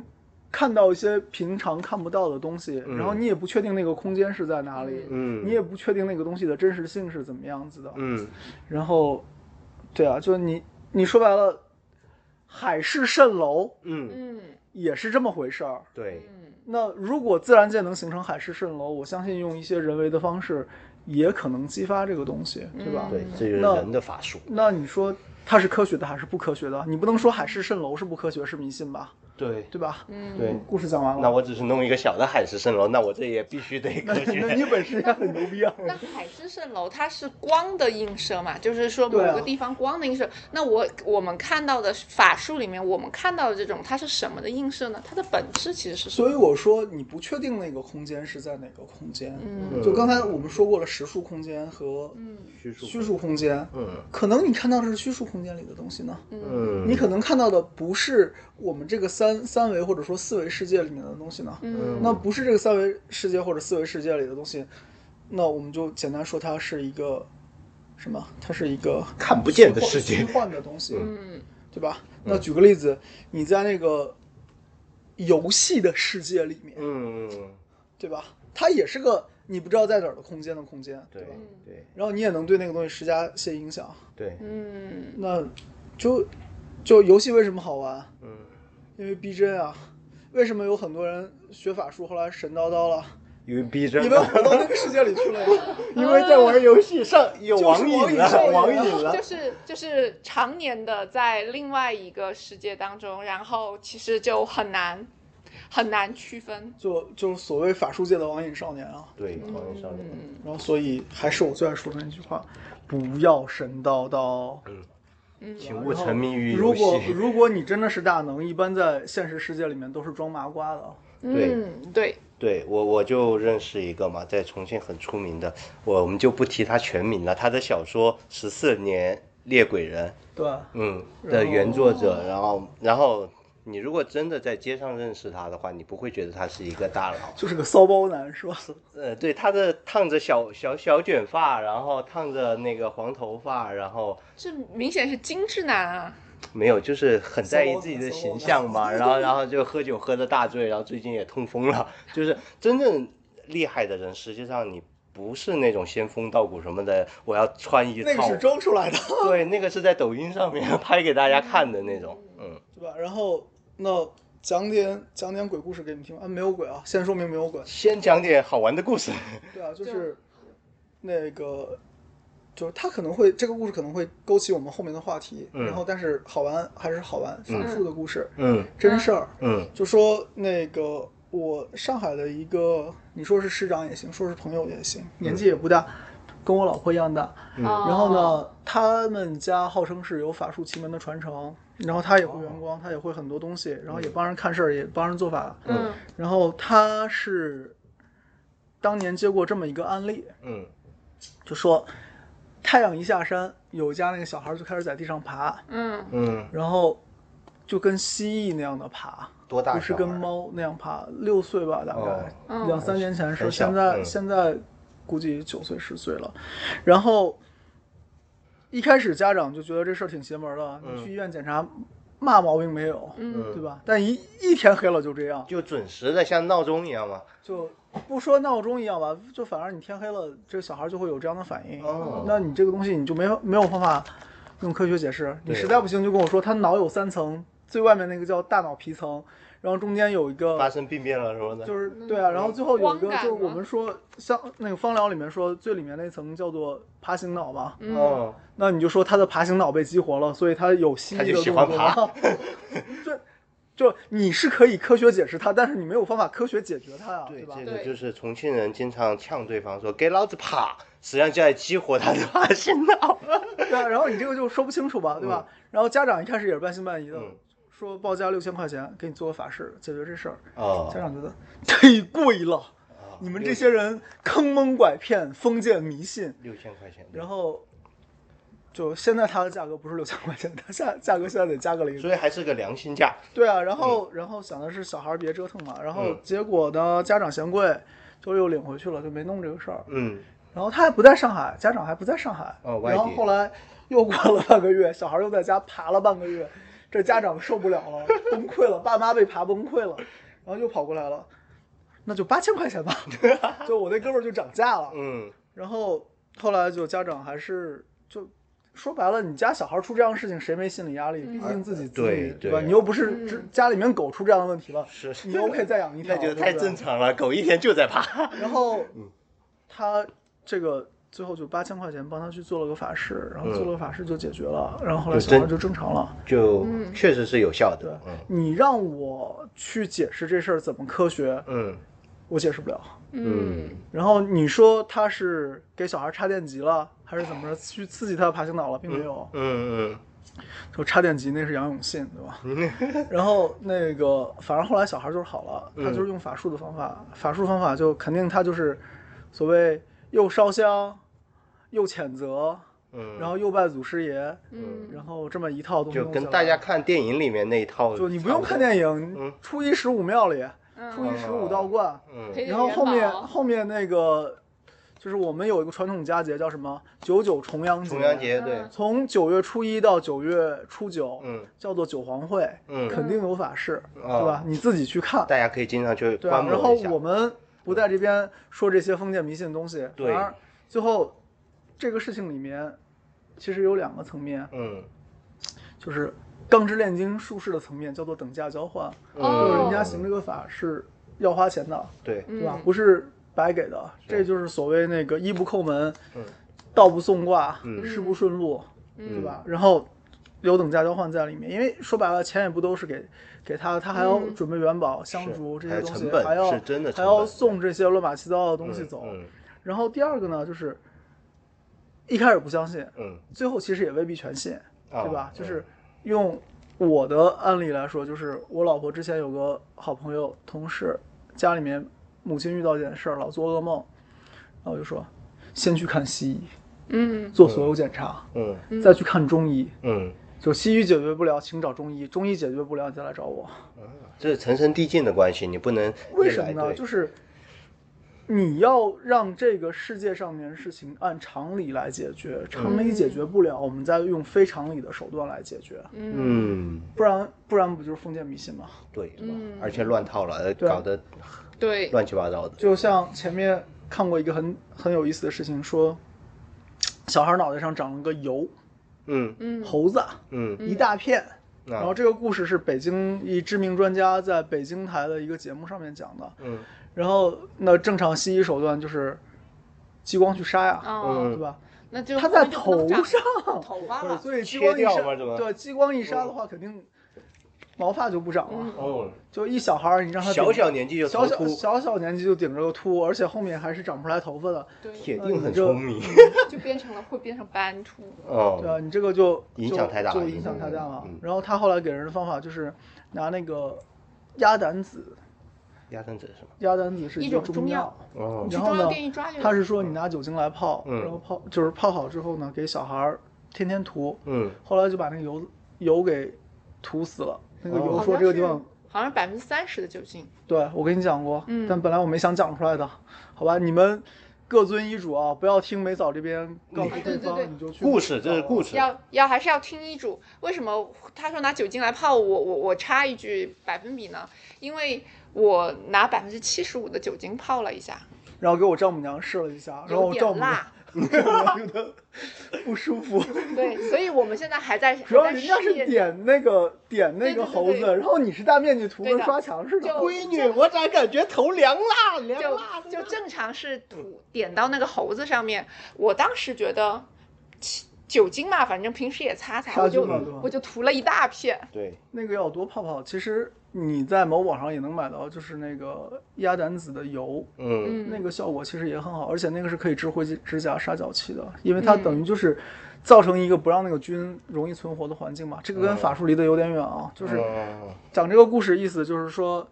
Speaker 1: 看到一些平常看不到的东西，
Speaker 2: 嗯
Speaker 1: 然后你也不确定那个空间是在哪里，
Speaker 2: 嗯，
Speaker 1: 你也不确定那个东西的真实性是怎么样子的，
Speaker 2: 嗯
Speaker 1: 然后对啊，就是你你说白了，海市蜃楼
Speaker 2: 嗯，
Speaker 3: 嗯
Speaker 1: 也是这么回事儿。
Speaker 2: 对，
Speaker 3: 嗯，
Speaker 1: 那如果自然界能形成海市蜃楼，我相信用一些人为的方式也可能激发这个东西，对吧？
Speaker 3: 嗯
Speaker 2: 对，这就是
Speaker 1: 那
Speaker 2: 人的法术。
Speaker 1: 那你说它是科学的还是不科学的？你不能说海市蜃楼是不科学是迷信吧？
Speaker 2: 对
Speaker 1: 对吧？
Speaker 3: 嗯
Speaker 2: 对，
Speaker 1: 故事讲完了。
Speaker 2: 那我只是弄一个小的海市蜃楼，那我这也必须得科
Speaker 1: 那
Speaker 2: 学。
Speaker 1: 你本事也很牛逼啊！
Speaker 3: 那海市蜃楼它是光的映射嘛，就是说某
Speaker 1: 对啊
Speaker 3: 个地方光的映射。那我我们看到的法术里面，我们看到的这种它是什么的映射呢？它的本质其实是什
Speaker 1: 所
Speaker 3: 么？
Speaker 1: 以我说你不确定那个空间是在哪个空间。
Speaker 3: 嗯
Speaker 1: 就刚才我们说过了，实数空间和
Speaker 3: 嗯
Speaker 2: 虚数
Speaker 1: 虚数空间，
Speaker 2: 嗯
Speaker 1: 可能你看到的是虚数空间里的东西呢。
Speaker 2: 嗯，
Speaker 3: 嗯
Speaker 1: 你可能看到的不是我们这个三三维或者说四维世界里面的东西呢。
Speaker 3: 嗯
Speaker 1: 那不是这个三维世界或者四维世界里的东西，那我们就简单说它是一个什么？它是一个
Speaker 2: 看不见的世
Speaker 1: 虚
Speaker 2: 界。
Speaker 1: 幻的东西，
Speaker 3: 嗯
Speaker 1: 对吧？那举个例子，你在那个游戏的世界里面，
Speaker 2: 嗯，嗯
Speaker 1: 对吧？它也是个你不知道在哪儿的空间的空间，
Speaker 2: 对
Speaker 1: 吧？
Speaker 2: 对
Speaker 1: 然后你也能对那个东西施加些影响，
Speaker 2: 对，
Speaker 3: 嗯
Speaker 1: 那就就游戏为什么好玩？
Speaker 2: 嗯，
Speaker 1: 因为逼真啊。为什么有很多人学法术后来神叨叨 了？
Speaker 2: 因为逼
Speaker 1: 因
Speaker 2: 真
Speaker 1: 为
Speaker 2: 了，
Speaker 1: 活到那个世界里去了呀。
Speaker 2: 因为在玩游戏上有
Speaker 1: 就是
Speaker 2: 网
Speaker 1: 网
Speaker 2: 瘾
Speaker 1: 瘾
Speaker 2: 了，
Speaker 1: 上
Speaker 2: 网
Speaker 1: 瘾
Speaker 2: 瘾了
Speaker 3: 就。是就是常年的在另外一个世界当中，然后其实就很难很难区分。
Speaker 1: 就就是所谓法术界的网瘾少年啊。
Speaker 2: 对，网瘾少年。
Speaker 3: 嗯
Speaker 1: 然后，所以还是我最爱说的那句话：不要神叨叨。
Speaker 2: 请勿沉迷于
Speaker 1: 如
Speaker 2: 游
Speaker 1: 果
Speaker 2: 戏。
Speaker 1: 如果你真的是大能，一般在现实世界里面都是装麻瓜的。
Speaker 2: 对
Speaker 3: 嗯对，
Speaker 2: 对我我就认识一个嘛，在重庆很出名的，我我们就不提他全名了。他的小说《十四年猎鬼人》，
Speaker 1: 对，
Speaker 2: 嗯的原作者，然后然后你如果真的在街上认识他的话，你不会觉得他是一个大佬。
Speaker 1: 就是个骚包男，是吧？
Speaker 2: 呃，对，他的烫着小小小卷发，然后烫着那个黄头发，然后
Speaker 3: 这明显是精致男啊。
Speaker 2: 没有，就是很在意自己的形象嘛，然后然后就喝酒喝的大醉，然后最近也痛风了。 就是真正厉害的人，实际上你不是那种仙风道骨什么的，我要穿一
Speaker 1: 那个
Speaker 2: 套，
Speaker 1: 是装出来的，
Speaker 2: 对，那个是在抖音上面 拍给大家看的那种，嗯。
Speaker 1: 对吧？然后那讲点讲点鬼故事给你们听啊，没有鬼啊，先说明没有鬼。
Speaker 2: 先讲点好玩的故事。
Speaker 1: 对啊，就
Speaker 3: 就是
Speaker 1: 那个，就是他可能会这个故事可能会勾起我们后面的话题，
Speaker 2: 嗯
Speaker 1: 然后但是好玩还是好玩，法术的故事，
Speaker 2: 嗯
Speaker 1: 真事儿。
Speaker 2: 嗯
Speaker 1: 就说那个我上海的一个，你说是师长也行，说是朋友也行，年纪也不大，跟我老婆一样大。
Speaker 2: 嗯
Speaker 3: 哦
Speaker 1: 然后？呢，他们家号称是有法术奇门的传承，然后他也会元光，他也会很多东西，然后也帮人看事儿，也帮人做法。
Speaker 3: 嗯
Speaker 1: 然后他是当年接过这么一个案例，
Speaker 2: 嗯
Speaker 1: 就说太阳一下山，有一家那个小孩就开始在地上爬，
Speaker 3: 嗯
Speaker 2: 嗯，
Speaker 1: 然后就跟蜥蜴那样的爬，
Speaker 2: 多大？
Speaker 1: 不是跟。猫那样爬，六岁吧，大概、
Speaker 3: 哦
Speaker 1: 两三年前是，
Speaker 2: 很小
Speaker 1: 现在、
Speaker 2: 嗯
Speaker 1: 现在估计九岁十岁了，然后。一开始家长就觉得这事儿挺邪门的，
Speaker 2: 嗯
Speaker 1: 你去医院检查，嘛毛病没有，
Speaker 3: 嗯
Speaker 1: 对吧？但一一天黑了就这样，
Speaker 2: 就准时的，像闹钟一样嘛。
Speaker 1: 就不说闹钟一样吧，就反而你天黑了，这个小孩就会有这样的反应。
Speaker 2: 哦
Speaker 1: 那你这个东西你就没有没有方法用科学解释。你
Speaker 2: 对
Speaker 1: 实在不行就跟我说，他脑有三层，最外面那个叫大脑皮层，然后中间有一
Speaker 2: 发
Speaker 1: 个。
Speaker 2: 生病变了什么的。
Speaker 1: 就是对啊，然后最后有一个
Speaker 3: 嗯光感
Speaker 1: 就是我
Speaker 3: 吗
Speaker 1: 们说像那个芳疗里面说最里面那层叫做爬行脑嘛，
Speaker 3: 嗯
Speaker 2: 哦，
Speaker 1: 那你就说他的爬行脑被激活了，所以他有蜥蜴
Speaker 2: 他
Speaker 1: 的
Speaker 2: 就喜欢
Speaker 1: 动作
Speaker 2: 爬
Speaker 1: 就 就你是可以科学解释它，但是你没有办法科学解决它呀，
Speaker 2: 对，
Speaker 1: 吧？
Speaker 2: 这个
Speaker 3: 对
Speaker 2: 就是重庆人经常呛对方说“给老子爬”，实际上就在激活他的发心脑。
Speaker 1: 对啊，然后你这个就说不清楚吧，对吧？然后家长一开始也是半信半疑的，
Speaker 2: 嗯
Speaker 1: 说报价六千块钱给你做个法事解决这事儿。
Speaker 2: 哦
Speaker 1: 家长觉得忒贵了，你们这些人坑蒙拐骗、封建迷信。
Speaker 2: 六千块钱，
Speaker 1: 然后就现在它的价格不是六千块钱，它价价格现在得加个零。
Speaker 2: 所以还是个良心价。
Speaker 1: 对啊，然后然后想的是小孩儿别折腾嘛，然后
Speaker 2: 嗯
Speaker 1: 结果呢，家长嫌贵，就又领回去了，就没弄这个事儿。
Speaker 2: 嗯，
Speaker 1: 然后他还不在上海，家长还不在上海。
Speaker 2: 哦外
Speaker 1: 然
Speaker 2: 地
Speaker 1: 后后来又过了半个月，小 孩又在家爬了半个月，这家长受不了 了，崩溃了，爸妈被爬崩溃了，然后又跑过来了，那就八千块 钱吧，就我那哥们儿就涨价了。
Speaker 2: 嗯
Speaker 1: 然后后来就家长还是就说白了，你家小孩出这样的事情，谁没心理压力？毕竟自己子
Speaker 2: 对
Speaker 1: 女，对吧？
Speaker 2: 对
Speaker 1: 你又不是只
Speaker 3: 嗯
Speaker 1: 家里面狗出这样的问题了，
Speaker 2: 是
Speaker 1: 你 OK 再养一 条，
Speaker 2: 那就
Speaker 1: 对不
Speaker 2: 太
Speaker 1: 对
Speaker 2: 正常了，狗一天就在爬。
Speaker 1: 然后他这个最后就八千块钱帮他去做了个法事，然后做了个法事就解决了，然后后来
Speaker 2: 就
Speaker 1: 小孩
Speaker 2: 真
Speaker 1: 就正常了。
Speaker 2: 就
Speaker 3: 嗯
Speaker 2: 确实是有效
Speaker 1: 对
Speaker 2: 的，，嗯
Speaker 1: 你让我去解释这事儿怎么科学，
Speaker 2: 嗯
Speaker 1: 我解释不了。
Speaker 3: 嗯
Speaker 1: 然后你说他是给小孩插电极了，还是怎么着去刺激他爬行脑了，并没有。
Speaker 2: 嗯
Speaker 1: 就插电极那是杨永信，对吧？ 然后那个，反正后来小孩就是好了，他就是用法术的方法，法术方法就肯定他就是所谓又烧香，又谴责，
Speaker 2: 嗯
Speaker 1: 然后又拜祖师爷，
Speaker 3: 嗯
Speaker 1: 然后这么一套东
Speaker 2: 嗯，
Speaker 1: 西
Speaker 2: 就
Speaker 1: 弄起
Speaker 2: 跟
Speaker 1: 来
Speaker 2: 大家，看电影里面那一套，
Speaker 1: 啊就你不用看，电影
Speaker 2: 嗯，
Speaker 1: 初一十五庙里，初
Speaker 3: 嗯，
Speaker 1: 一十五道观，
Speaker 2: 嗯
Speaker 3: 陪着
Speaker 1: 然后
Speaker 3: 元
Speaker 1: 后面
Speaker 3: 宝
Speaker 1: 后面那个就是我们有一个传统佳节叫什么九九重阳节，
Speaker 2: 重阳节对，
Speaker 3: 嗯
Speaker 1: 从九月初一到九月初九，
Speaker 2: 嗯
Speaker 1: 叫做九皇会，
Speaker 2: 嗯
Speaker 1: 肯定有法事，
Speaker 2: 哦
Speaker 1: 对吧？你自己去看，
Speaker 2: 大家可以经常去
Speaker 1: 对啊
Speaker 2: 观。
Speaker 1: 然后
Speaker 2: 摩一下
Speaker 1: 我。们不在这边说这些封建迷信的东西，
Speaker 2: 对
Speaker 1: 反而最后这个事情里面其实有两个层面，
Speaker 2: 嗯
Speaker 1: 就是钢之炼金术士的层面叫做等价交换，就
Speaker 2: 嗯
Speaker 1: 是
Speaker 3: 哦
Speaker 1: 人家行这个法是要花钱的，
Speaker 2: 对，
Speaker 1: 对吧
Speaker 3: 嗯？
Speaker 1: 不是白给的，这就是所谓那个一不叩门，道不送卦，
Speaker 2: 嗯
Speaker 1: 事不顺路，对
Speaker 2: 嗯
Speaker 1: 吧？然后有等价交换在里面，因为说白了，钱也不都是给给他，他还要
Speaker 3: 嗯
Speaker 1: 准备元宝、香
Speaker 2: 是
Speaker 1: 烛这
Speaker 2: 还
Speaker 1: 些
Speaker 2: 有
Speaker 1: 东西
Speaker 2: 成，本
Speaker 1: 还要
Speaker 2: 是真的
Speaker 1: 还
Speaker 2: 成
Speaker 1: 要
Speaker 2: 本
Speaker 1: 送这些乱七八糟的东西
Speaker 2: 嗯
Speaker 1: 走。
Speaker 2: 嗯
Speaker 1: 然后第二个呢，就是一开始不相信，
Speaker 2: 嗯，
Speaker 1: 最后其实也未必全信，
Speaker 2: 啊
Speaker 1: 对吧？就是
Speaker 2: 嗯
Speaker 1: 用我的案例来说，就是我老婆之前有个好朋友、同事，家里面母亲遇到一件事儿，老做噩梦，然后就说先去看西医，
Speaker 3: 嗯
Speaker 1: 做所有检查，
Speaker 2: 嗯
Speaker 1: 再去看中医。
Speaker 2: 嗯，
Speaker 1: 就西医解决不了，请找中医；中医解决不了，你再来找
Speaker 2: 嗯
Speaker 1: 我。
Speaker 2: 这是层层递进的关系，你不能
Speaker 1: 为
Speaker 2: 一
Speaker 1: 什么
Speaker 2: 来
Speaker 1: 呢？
Speaker 2: 对
Speaker 1: 就是你要让这个世界上面的事情按常理来解决，常
Speaker 2: 嗯
Speaker 1: 理解决不了，我们再用非常理的手段来解决，
Speaker 3: 嗯
Speaker 2: 嗯，
Speaker 1: 不然不然不就是封建迷信吗？
Speaker 2: 对，对吧
Speaker 3: 嗯
Speaker 2: 而且乱套了，呃
Speaker 1: 对啊
Speaker 2: 搞得
Speaker 3: 对
Speaker 2: 乱七八糟的。
Speaker 1: 就像前面看过一个很很有意思的事情，说小孩脑袋上长了个油
Speaker 2: 嗯
Speaker 3: 嗯
Speaker 1: 猴子
Speaker 2: 嗯，
Speaker 1: 一大片。
Speaker 2: 啊
Speaker 1: 然后这个故事是北京一知名专家在北京台的一个节目上面讲的，
Speaker 2: 嗯
Speaker 1: 然后那正常西医手段就是激光去杀呀，
Speaker 3: 哦
Speaker 1: 对吧？
Speaker 3: 那就
Speaker 1: 它在
Speaker 3: 就不
Speaker 1: 头
Speaker 3: 能长
Speaker 1: 上
Speaker 3: 头发
Speaker 1: 对，
Speaker 3: 了
Speaker 1: 所以激
Speaker 2: 切
Speaker 1: 光一
Speaker 2: 掉
Speaker 1: 杀
Speaker 2: 吗这个，
Speaker 1: 对，激光一杀
Speaker 2: 嗯
Speaker 1: 的话，肯定毛发就不长了。
Speaker 2: 哦，
Speaker 1: 就一小孩儿，你让他顶
Speaker 2: 小小年纪就
Speaker 1: 小
Speaker 2: 头
Speaker 1: 小
Speaker 2: 秃，
Speaker 1: 小小年纪就顶着个秃，而且后面还是长不出来头发的，
Speaker 3: 对，
Speaker 2: 铁定很
Speaker 1: 呃就
Speaker 2: 聪明。
Speaker 3: 就变成了会变成斑秃，
Speaker 1: 对吧？
Speaker 2: 哦，
Speaker 1: 你这个就
Speaker 2: 影
Speaker 1: 就
Speaker 2: 响太大了
Speaker 1: 就
Speaker 2: 影
Speaker 1: 影响
Speaker 2: 响
Speaker 1: 太
Speaker 2: 太
Speaker 1: 大
Speaker 2: 大
Speaker 1: 了
Speaker 2: 嗯。
Speaker 1: 然后他后来给人的方法就是拿那个鸭胆子，
Speaker 2: 鸭蛋子是吗？
Speaker 1: 鸭胆子是
Speaker 3: 一
Speaker 1: 个
Speaker 3: 种中
Speaker 1: 中
Speaker 3: 药
Speaker 2: 哦
Speaker 3: 你，去
Speaker 1: 然
Speaker 3: 中
Speaker 1: 后呢
Speaker 3: 药店一抓就
Speaker 1: 他是说你拿酒精来泡，
Speaker 2: 嗯
Speaker 1: 然后泡就是泡好之后呢，给小孩儿天天涂，
Speaker 2: 嗯
Speaker 1: 后来就把那个油油给涂死了。那个
Speaker 2: 哦
Speaker 1: 油
Speaker 3: 好
Speaker 1: 说
Speaker 3: 像
Speaker 1: 这个
Speaker 3: 是
Speaker 1: 地方，
Speaker 3: 好像百分之三十的酒精，
Speaker 1: 对我跟你讲过，
Speaker 3: 嗯
Speaker 1: 但本来我没想讲出来的，好吧？你们各遵医嘱啊，不要听梅嫂这边告诉
Speaker 2: 嗯
Speaker 1: 对
Speaker 3: 啊对对对
Speaker 1: 方，你就去
Speaker 2: 故事这是故事，
Speaker 3: 要要还是要听医嘱。为什么他说拿酒精来泡我？我我插一句百分比呢？因为我拿百分之七十五的酒精泡了一下，
Speaker 1: 然后给我丈母娘试了一下，然后
Speaker 3: 有
Speaker 1: 我丈
Speaker 3: 点
Speaker 1: 母娘
Speaker 3: 辣，
Speaker 1: 觉得不舒 服，
Speaker 3: 对，所以我们现在还在
Speaker 1: 主要
Speaker 3: 还在
Speaker 1: 人家
Speaker 3: 试
Speaker 1: 是
Speaker 3: 验
Speaker 1: 点那个点那
Speaker 3: 对
Speaker 1: 个
Speaker 3: 对对
Speaker 1: 猴子，
Speaker 3: 对
Speaker 1: 然后你是大面积涂
Speaker 3: 对
Speaker 1: 跟
Speaker 3: 的
Speaker 1: 刷墙似的
Speaker 3: 就。
Speaker 2: 闺女，我咋感觉头凉啦？凉
Speaker 3: 就
Speaker 2: 啦！
Speaker 3: 就正常是
Speaker 1: 嗯
Speaker 3: 涂点到那个猴子上面。我当时觉得其酒精嘛，反正平时也擦擦，
Speaker 1: 杀
Speaker 3: 我
Speaker 1: 菌
Speaker 3: 就
Speaker 1: 嘛对吧
Speaker 3: 我就涂了一大片。
Speaker 2: 对，
Speaker 1: 那个要多泡泡，其实你在某宝上也能买到，就是那个鸭胆子的油，
Speaker 2: 嗯
Speaker 3: 嗯，
Speaker 1: 那个效果其实也很好，而且那个是可以治灰指甲杀脚气的，因为它
Speaker 3: 嗯
Speaker 1: 等于就是造成一个不让那个菌容易存活的环境
Speaker 3: 嗯
Speaker 1: 嘛。这个跟法术离得有点远啊，就是
Speaker 2: 嗯
Speaker 1: 讲这个故事意思就是说，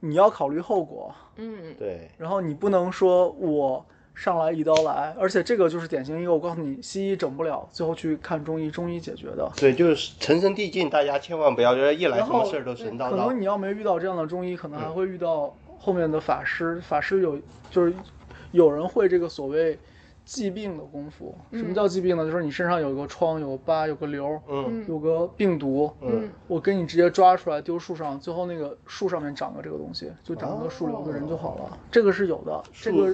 Speaker 1: 你要考虑后果，
Speaker 3: 嗯
Speaker 2: 对，
Speaker 1: 然后你不能说我上来一刀来，而且这个就是典型一个我告诉你，西医整不了，最后去看中医，中医解决的。
Speaker 2: 所以就是层层递进，大家千万不要就是一来什么事儿都神叨
Speaker 1: 可
Speaker 2: 叨
Speaker 1: 能。你要没遇到这样的中医，可能还会遇到后面的法师。法师有就是有人会这个所谓疾病的功夫。什么叫疾病呢？就是你身上有个疮、有个疤、有个瘤、
Speaker 2: 嗯
Speaker 1: 有个病毒，
Speaker 2: 嗯
Speaker 1: 我给你直接抓出来丢树上，最后那个树上面长个这个东西，就长个树瘤的人就好了。这个是有的，这个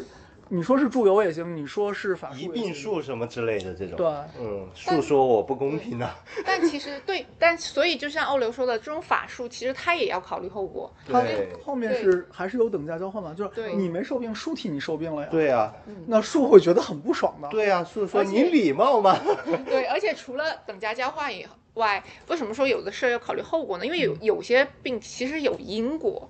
Speaker 1: 你说是祝由也行，你说是法术
Speaker 2: 一
Speaker 1: 也
Speaker 2: 并
Speaker 1: 行
Speaker 2: 述什么之类的这种。
Speaker 1: 对，
Speaker 2: 嗯，述说我不公平啊。
Speaker 3: 但其实对，但所以就像欧流说的，这种法术其实他也要考虑后果。
Speaker 1: 它
Speaker 2: 对
Speaker 1: 后面是还是有等价交换嘛，就是
Speaker 3: 对
Speaker 1: 你没受病，树替你受病了呀。，
Speaker 2: 对啊，
Speaker 1: 那树会觉得很不爽的。
Speaker 2: 对啊，述说
Speaker 3: 而且
Speaker 2: 你礼貌 吗？
Speaker 3: 对，而且除了等价交换以外，为什么说有的事儿要考虑后果呢？因
Speaker 1: 嗯
Speaker 3: 为有有些病其实有因果。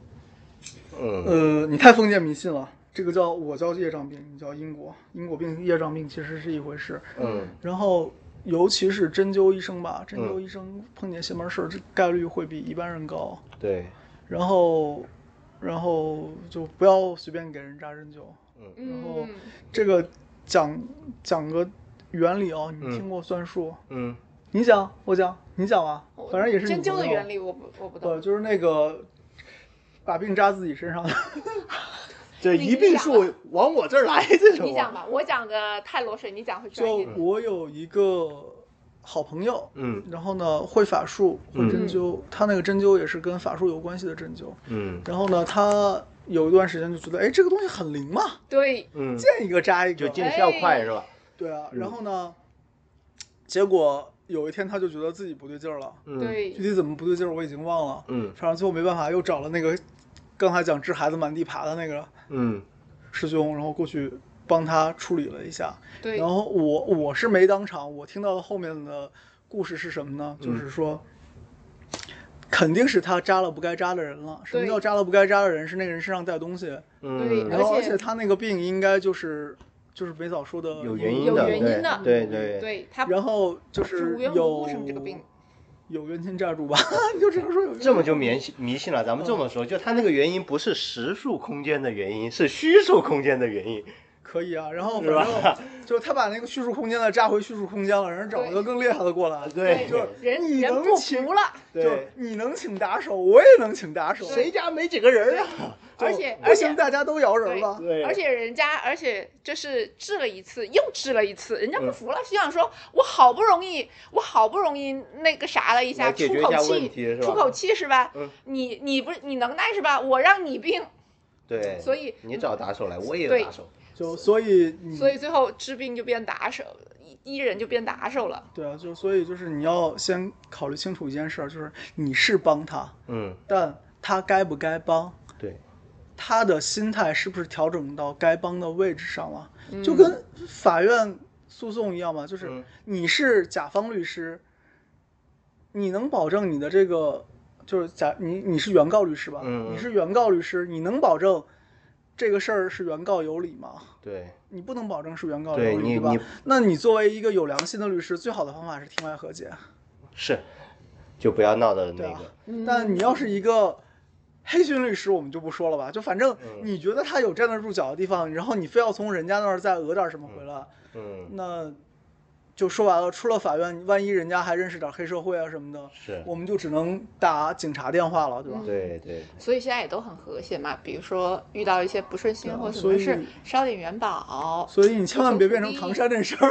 Speaker 2: 嗯，
Speaker 1: 呃，你太封建迷信了，这个叫我叫业障病，你叫因果，因果病、业障病其实是一回事。
Speaker 2: 嗯，
Speaker 1: 然后，尤其是针灸医生吧，针灸
Speaker 2: 嗯
Speaker 1: 医生碰见邪门事儿，这概率会比一般人高。
Speaker 2: 对，
Speaker 1: 然后，然后就不要随便给人扎针灸。后
Speaker 3: 嗯，
Speaker 1: 这个讲讲个原理哦，
Speaker 2: 嗯
Speaker 1: 你听过算术？
Speaker 2: 嗯
Speaker 1: 你讲，我讲，你讲啊，反正也是你
Speaker 3: 针灸的
Speaker 1: 朋友
Speaker 3: 原理，我不我
Speaker 1: 不
Speaker 3: 不懂。
Speaker 1: 就是那个把病扎自己身 上的？
Speaker 2: 这
Speaker 3: 你
Speaker 2: 一并
Speaker 3: 你讲吧
Speaker 2: 述往我这儿来这种。
Speaker 3: 你讲。吧，我讲的太裸水，你讲会专
Speaker 1: 就
Speaker 3: 业。
Speaker 1: 我有一个好朋友，
Speaker 2: 嗯
Speaker 1: 然后呢会法术，会针灸，
Speaker 3: 嗯
Speaker 1: 他那个针灸也是跟法术有关系的针灸。
Speaker 2: 嗯
Speaker 1: 然后呢，他有一段时间就觉得，哎，这个东西很灵嘛，
Speaker 3: 对，
Speaker 2: 嗯，
Speaker 1: 见一个扎一个，
Speaker 2: 就见效快是吧？
Speaker 1: 对啊。
Speaker 2: 嗯
Speaker 1: 然后呢，结果有一天他就觉得自己不对劲儿了，
Speaker 2: 嗯，
Speaker 3: 对
Speaker 1: 具，体怎么不对劲儿我已经忘了，
Speaker 2: 嗯
Speaker 1: 反正最后没办法，又找了那个刚才讲治孩子满地爬的那个
Speaker 2: 嗯
Speaker 1: 师兄，然后过去帮他处理了一下。
Speaker 3: 对
Speaker 1: 然，后我我是没当场，我听到后面的故事是什么呢？
Speaker 2: 嗯
Speaker 1: 就是说，肯定是他扎了不该扎的人了。什么
Speaker 3: 对
Speaker 1: 叫扎了不该扎的人？是那个人身上带东西，
Speaker 3: 对
Speaker 1: 然
Speaker 2: 嗯，
Speaker 1: 后
Speaker 3: 而
Speaker 1: 而
Speaker 3: 且
Speaker 1: 且他那个病应该就是就是北嫂说的
Speaker 2: 嗯有原因
Speaker 3: 有
Speaker 2: 的，
Speaker 3: 原因的
Speaker 2: 对对，
Speaker 3: 对他
Speaker 1: 然后就是
Speaker 3: 无缘无
Speaker 1: 有
Speaker 3: 故生这个病。
Speaker 1: 有冤亲债主吧？ 你就这样说有冤亲
Speaker 2: 这么就迷信迷信了。咱们这
Speaker 3: 嗯
Speaker 2: 么说，就它那个原因不是实数空间的原因，是虚数空间的原因。
Speaker 1: 可以啊。然后反
Speaker 2: 是吧
Speaker 1: 正就他把那个叙述空间的扎回叙述空间了，人找了个更厉害的过来。
Speaker 2: 对
Speaker 1: 就是
Speaker 3: 人
Speaker 1: 你
Speaker 3: 人
Speaker 1: 能
Speaker 3: 不
Speaker 1: 请
Speaker 3: 服了，
Speaker 1: 就
Speaker 2: 对，
Speaker 1: 你能请打手，我也能请打手。
Speaker 2: 谁家没几个人啊？
Speaker 1: 就
Speaker 3: 而且
Speaker 1: 不
Speaker 3: 而且
Speaker 1: 行，大家都摇人了。
Speaker 2: 对，
Speaker 3: 而且人家，而且就是治了一次又治了一次，人家
Speaker 1: 嗯
Speaker 3: 不服了，就想说，我好不容易，我好不容易那个啥了一下，
Speaker 2: 来解
Speaker 3: 出
Speaker 2: 决一
Speaker 3: 口
Speaker 2: 下问题
Speaker 3: 气
Speaker 2: 是，吧
Speaker 3: 出口气是吧？
Speaker 2: 嗯
Speaker 3: 你你不是你能耐是吧？我让你病，
Speaker 2: 对，
Speaker 3: 所以
Speaker 2: 你找打手来，我也
Speaker 3: 对
Speaker 2: 有打手。
Speaker 1: 就所以你
Speaker 3: 所以最后治病就变打手，一一人就变打手了。
Speaker 1: 对啊，就所以就是你要先考虑清楚一件事儿，就是你是帮他，
Speaker 2: 嗯，
Speaker 1: 但他该不该帮，
Speaker 2: 对，
Speaker 1: 他的心态是不是调整到该帮的位置上了，
Speaker 3: 嗯
Speaker 1: 就跟法院诉讼一样嘛，就是
Speaker 2: 嗯
Speaker 1: 你是甲方律师，你能保证你的这个就是甲你你是原告律师吧？
Speaker 2: 嗯嗯
Speaker 1: 你是原告律师，你能保证这个事儿是原告有理吗？
Speaker 2: 对，
Speaker 1: 你不能保证是
Speaker 3: 哦
Speaker 1: 原告
Speaker 2: 对
Speaker 1: 有理，
Speaker 2: 你
Speaker 1: 对吧
Speaker 2: 你？
Speaker 1: 那你作为一个有良心的律师，最好的方法是庭外和解，
Speaker 2: 是，就不要闹的
Speaker 1: 对
Speaker 2: 那
Speaker 1: 啊
Speaker 2: 个。。
Speaker 3: 嗯
Speaker 1: 但你要是一个黑心律师，我们就不说了吧。就反正
Speaker 2: 嗯
Speaker 1: 你觉得他有站得住脚的地方，然后你非要从人家那儿再讹点什么回来，
Speaker 2: 嗯，
Speaker 1: 那就说白了，出了法院，万一人家还认识点黑社会啊什么的，
Speaker 2: 是，
Speaker 1: 我们就只能打警察电话了，对吧？
Speaker 3: 嗯
Speaker 2: 对对，
Speaker 3: 所以现在也都很和谐嘛，比如说遇到一些不顺心
Speaker 1: 对啊
Speaker 3: 或什
Speaker 1: 所
Speaker 3: 么
Speaker 1: 以
Speaker 3: 事，烧点元宝，
Speaker 1: 所以你千万别变成唐山这事儿。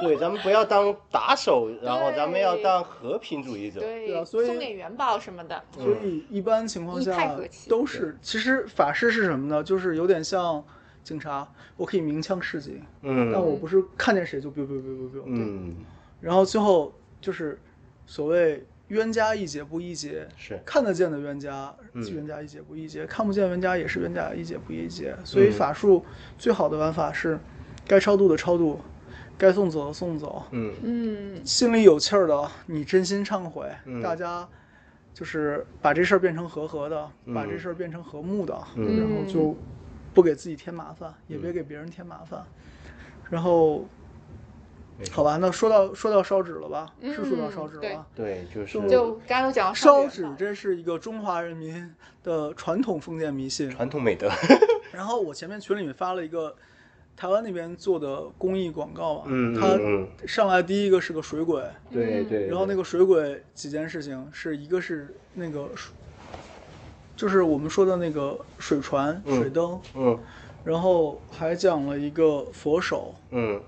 Speaker 2: 对，咱们不要当打手，然后咱们要
Speaker 3: 对
Speaker 2: 当和平主义者。
Speaker 3: 对，
Speaker 1: 对啊所以嗯
Speaker 3: 送点元宝什么的，
Speaker 2: 嗯
Speaker 1: 所以一般情况
Speaker 3: 一派
Speaker 1: 下
Speaker 3: 和气
Speaker 1: 都是，其实法师是什么呢？就是有点像警察，我可以鸣枪示警，
Speaker 2: 嗯
Speaker 1: 但我不是看见谁就 biu biu biu biu biu，
Speaker 2: 嗯，
Speaker 1: 然后最后就是所谓冤家宜解不宜结，
Speaker 2: 是
Speaker 1: 看得见的冤家
Speaker 2: 嗯
Speaker 1: 冤家宜解不宜结，看不见冤家也是冤家宜解不宜结。所
Speaker 2: 嗯
Speaker 1: 以法术最好的玩法是，该超度的超度，该送走的送走，
Speaker 2: 嗯
Speaker 3: 嗯，
Speaker 1: 心里有气儿的，你真心忏悔，
Speaker 2: 嗯
Speaker 1: 大家就是把这事儿变成和和的，
Speaker 2: 嗯
Speaker 1: 把这事儿变成和睦的，
Speaker 2: 嗯
Speaker 1: 然后就不给自己添麻烦，也别给别人添麻烦。然后，好吧，那说到说到烧纸了吧？是说到
Speaker 3: 嗯
Speaker 1: 烧纸
Speaker 3: 对
Speaker 1: 了吧。
Speaker 2: 对，就是
Speaker 3: 就刚刚有讲到
Speaker 1: 烧
Speaker 3: 元
Speaker 1: 纸
Speaker 3: 宝，
Speaker 1: 这是一个中华人民的传统封建迷信。
Speaker 2: 传统美德。
Speaker 1: 然后我前面群里面发了一个台湾那边做的公益广告嘛，
Speaker 2: 嗯嗯
Speaker 1: 它上来第一个是个水鬼，
Speaker 2: 对对。
Speaker 3: 嗯
Speaker 1: 然后那
Speaker 2: 对
Speaker 1: 个水鬼几件事情是一个是那个水，就是我们说的那个水船、
Speaker 2: 嗯
Speaker 1: 水灯，
Speaker 2: 嗯
Speaker 1: 然后还讲了一个佛手，
Speaker 2: 嗯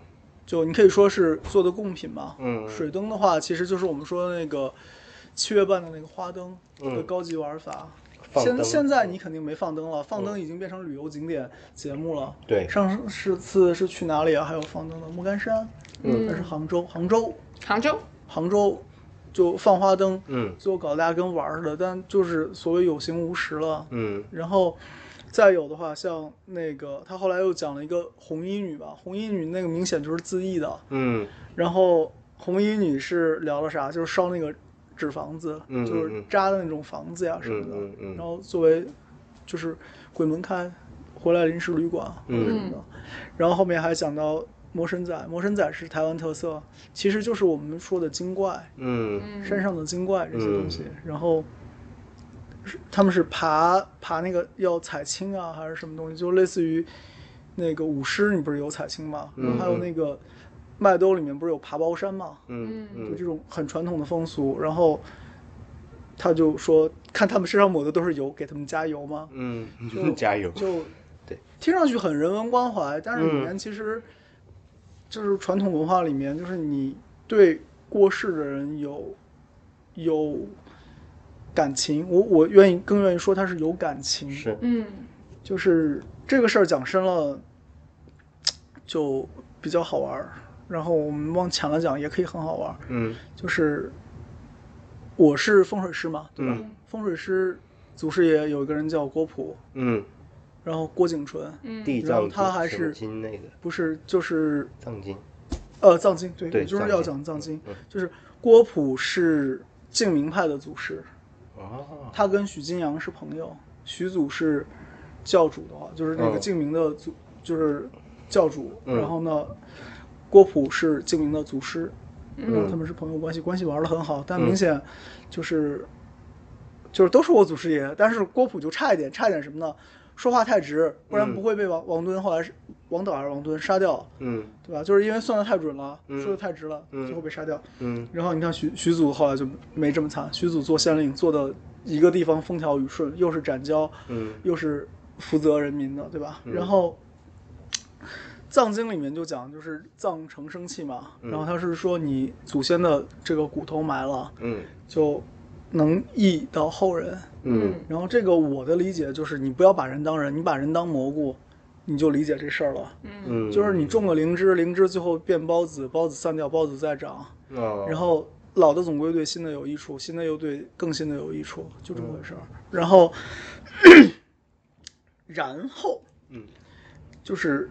Speaker 1: 就你可以说是做的贡品嘛。
Speaker 2: 嗯
Speaker 1: 水灯的话，其实就是我们说的那个七月半的那个花灯
Speaker 2: 嗯
Speaker 1: 的高级玩法。
Speaker 2: 放
Speaker 1: 现
Speaker 2: 灯
Speaker 1: 现在你肯定没放灯了，放灯已经变成旅游景点节目了。
Speaker 2: 对
Speaker 1: 上是次是去哪里啊？还有放灯的莫干山，
Speaker 2: 嗯
Speaker 1: 还是杭州，杭州，
Speaker 3: 杭州，
Speaker 1: 杭州就放花灯，
Speaker 2: 嗯
Speaker 1: 就搞得大家跟玩儿似的，但就是所谓有形无实了。
Speaker 2: 嗯
Speaker 1: 然后再有的话，像那个他后来又讲了一个红衣女吧，红衣女那个明显就是自缢的。
Speaker 2: 嗯
Speaker 1: 然后红衣女是聊了啥？就是烧那个纸房子，
Speaker 2: 嗯嗯
Speaker 1: 就是扎的那种房子呀什么的。
Speaker 2: 嗯嗯嗯
Speaker 1: 然后作为就是鬼门开回来临时旅馆或
Speaker 2: 嗯
Speaker 1: 者什么的。然后后面还讲到魔神仔，魔神仔是台湾特色，其实就是我们说的精怪，
Speaker 2: 嗯
Speaker 3: 嗯，
Speaker 1: 山上的精怪这些东西。然后是他们是爬爬那个要采青啊，还是什么东西，就类似于那个舞狮，你不是有采青吗？
Speaker 2: 嗯
Speaker 1: 还有那个麦兜里面不是有爬包山吗？
Speaker 2: 嗯
Speaker 1: 就这
Speaker 2: 嗯，
Speaker 1: 种很传统的风俗。然后他就说，看他们身上抹的都是油，给他们加油吗？就
Speaker 2: 嗯，加油，
Speaker 1: 就
Speaker 2: 对，
Speaker 1: 听上去很人文关怀，但是里
Speaker 2: 嗯
Speaker 1: 面其实就是传统文化里面，就是你对过世的人有有感情，我我愿意更愿意说他是有感情，
Speaker 2: 是，
Speaker 3: 嗯
Speaker 1: 就是这个事儿讲深了就比较好玩儿，然后我们往浅了讲也可以很好玩儿，
Speaker 2: 嗯
Speaker 1: 就是我是风水师嘛，对吧？
Speaker 2: 嗯
Speaker 1: 风水师祖师爷有一个人叫郭璞，
Speaker 2: 嗯，
Speaker 1: 然后郭景纯，
Speaker 3: 嗯，
Speaker 2: 地
Speaker 1: 然后
Speaker 2: 藏
Speaker 1: 他还
Speaker 2: 什么
Speaker 1: 是
Speaker 2: 金那个
Speaker 1: 不是就是
Speaker 2: 藏经，
Speaker 1: 呃藏经，对，
Speaker 2: 对
Speaker 1: 我就是
Speaker 2: 藏
Speaker 1: 要
Speaker 2: 经
Speaker 1: 讲藏经
Speaker 2: 嗯，
Speaker 1: 就是郭璞是净明派的祖师，
Speaker 2: 哦，
Speaker 1: 他跟许金阳是朋友，许祖是教主的话，就是那个
Speaker 2: 嗯
Speaker 1: 净明的祖，就是教主，
Speaker 2: 嗯
Speaker 1: 然后呢，郭璞是净明的祖师，然后
Speaker 2: 嗯
Speaker 1: 他们是朋友关系，关系玩的很好，但
Speaker 2: 嗯
Speaker 1: 明显就是、就是都是我祖师爷，但是郭璞就差一点，差一点什么呢？说话太直，不然
Speaker 2: 嗯
Speaker 1: 不会被王王敦后来是王导还是王敦杀掉，
Speaker 2: 嗯
Speaker 1: 对吧？就是因为算的太准了，
Speaker 2: 嗯
Speaker 1: 说的太直了，
Speaker 2: 嗯
Speaker 1: 最后被杀掉。
Speaker 2: 嗯
Speaker 1: 然后你看徐徐祖后来就没这么惨，徐祖做县令做的一个地方风调雨顺，又是斩蛟，
Speaker 2: 嗯
Speaker 1: 又是负责人民的，对吧？
Speaker 2: 嗯
Speaker 1: 然后《藏经》里面就讲，就是藏成生气嘛，
Speaker 2: 嗯
Speaker 1: 然后他是说你祖先的这个骨头埋了，
Speaker 2: 嗯
Speaker 1: 就能益到后人。
Speaker 2: 嗯
Speaker 1: 然后这个我的理解就是，你不要把人当人，你把人当蘑菇，你就理解这事儿了。
Speaker 3: 嗯
Speaker 2: 嗯，
Speaker 1: 就是你种了灵芝，灵芝最后变孢子，孢子散掉，孢子再长，
Speaker 2: 哦，
Speaker 1: 然后老的总归对新的有益处，新的又对更新的有益处，就这么回事儿。然后，然后
Speaker 2: 嗯
Speaker 1: 就是，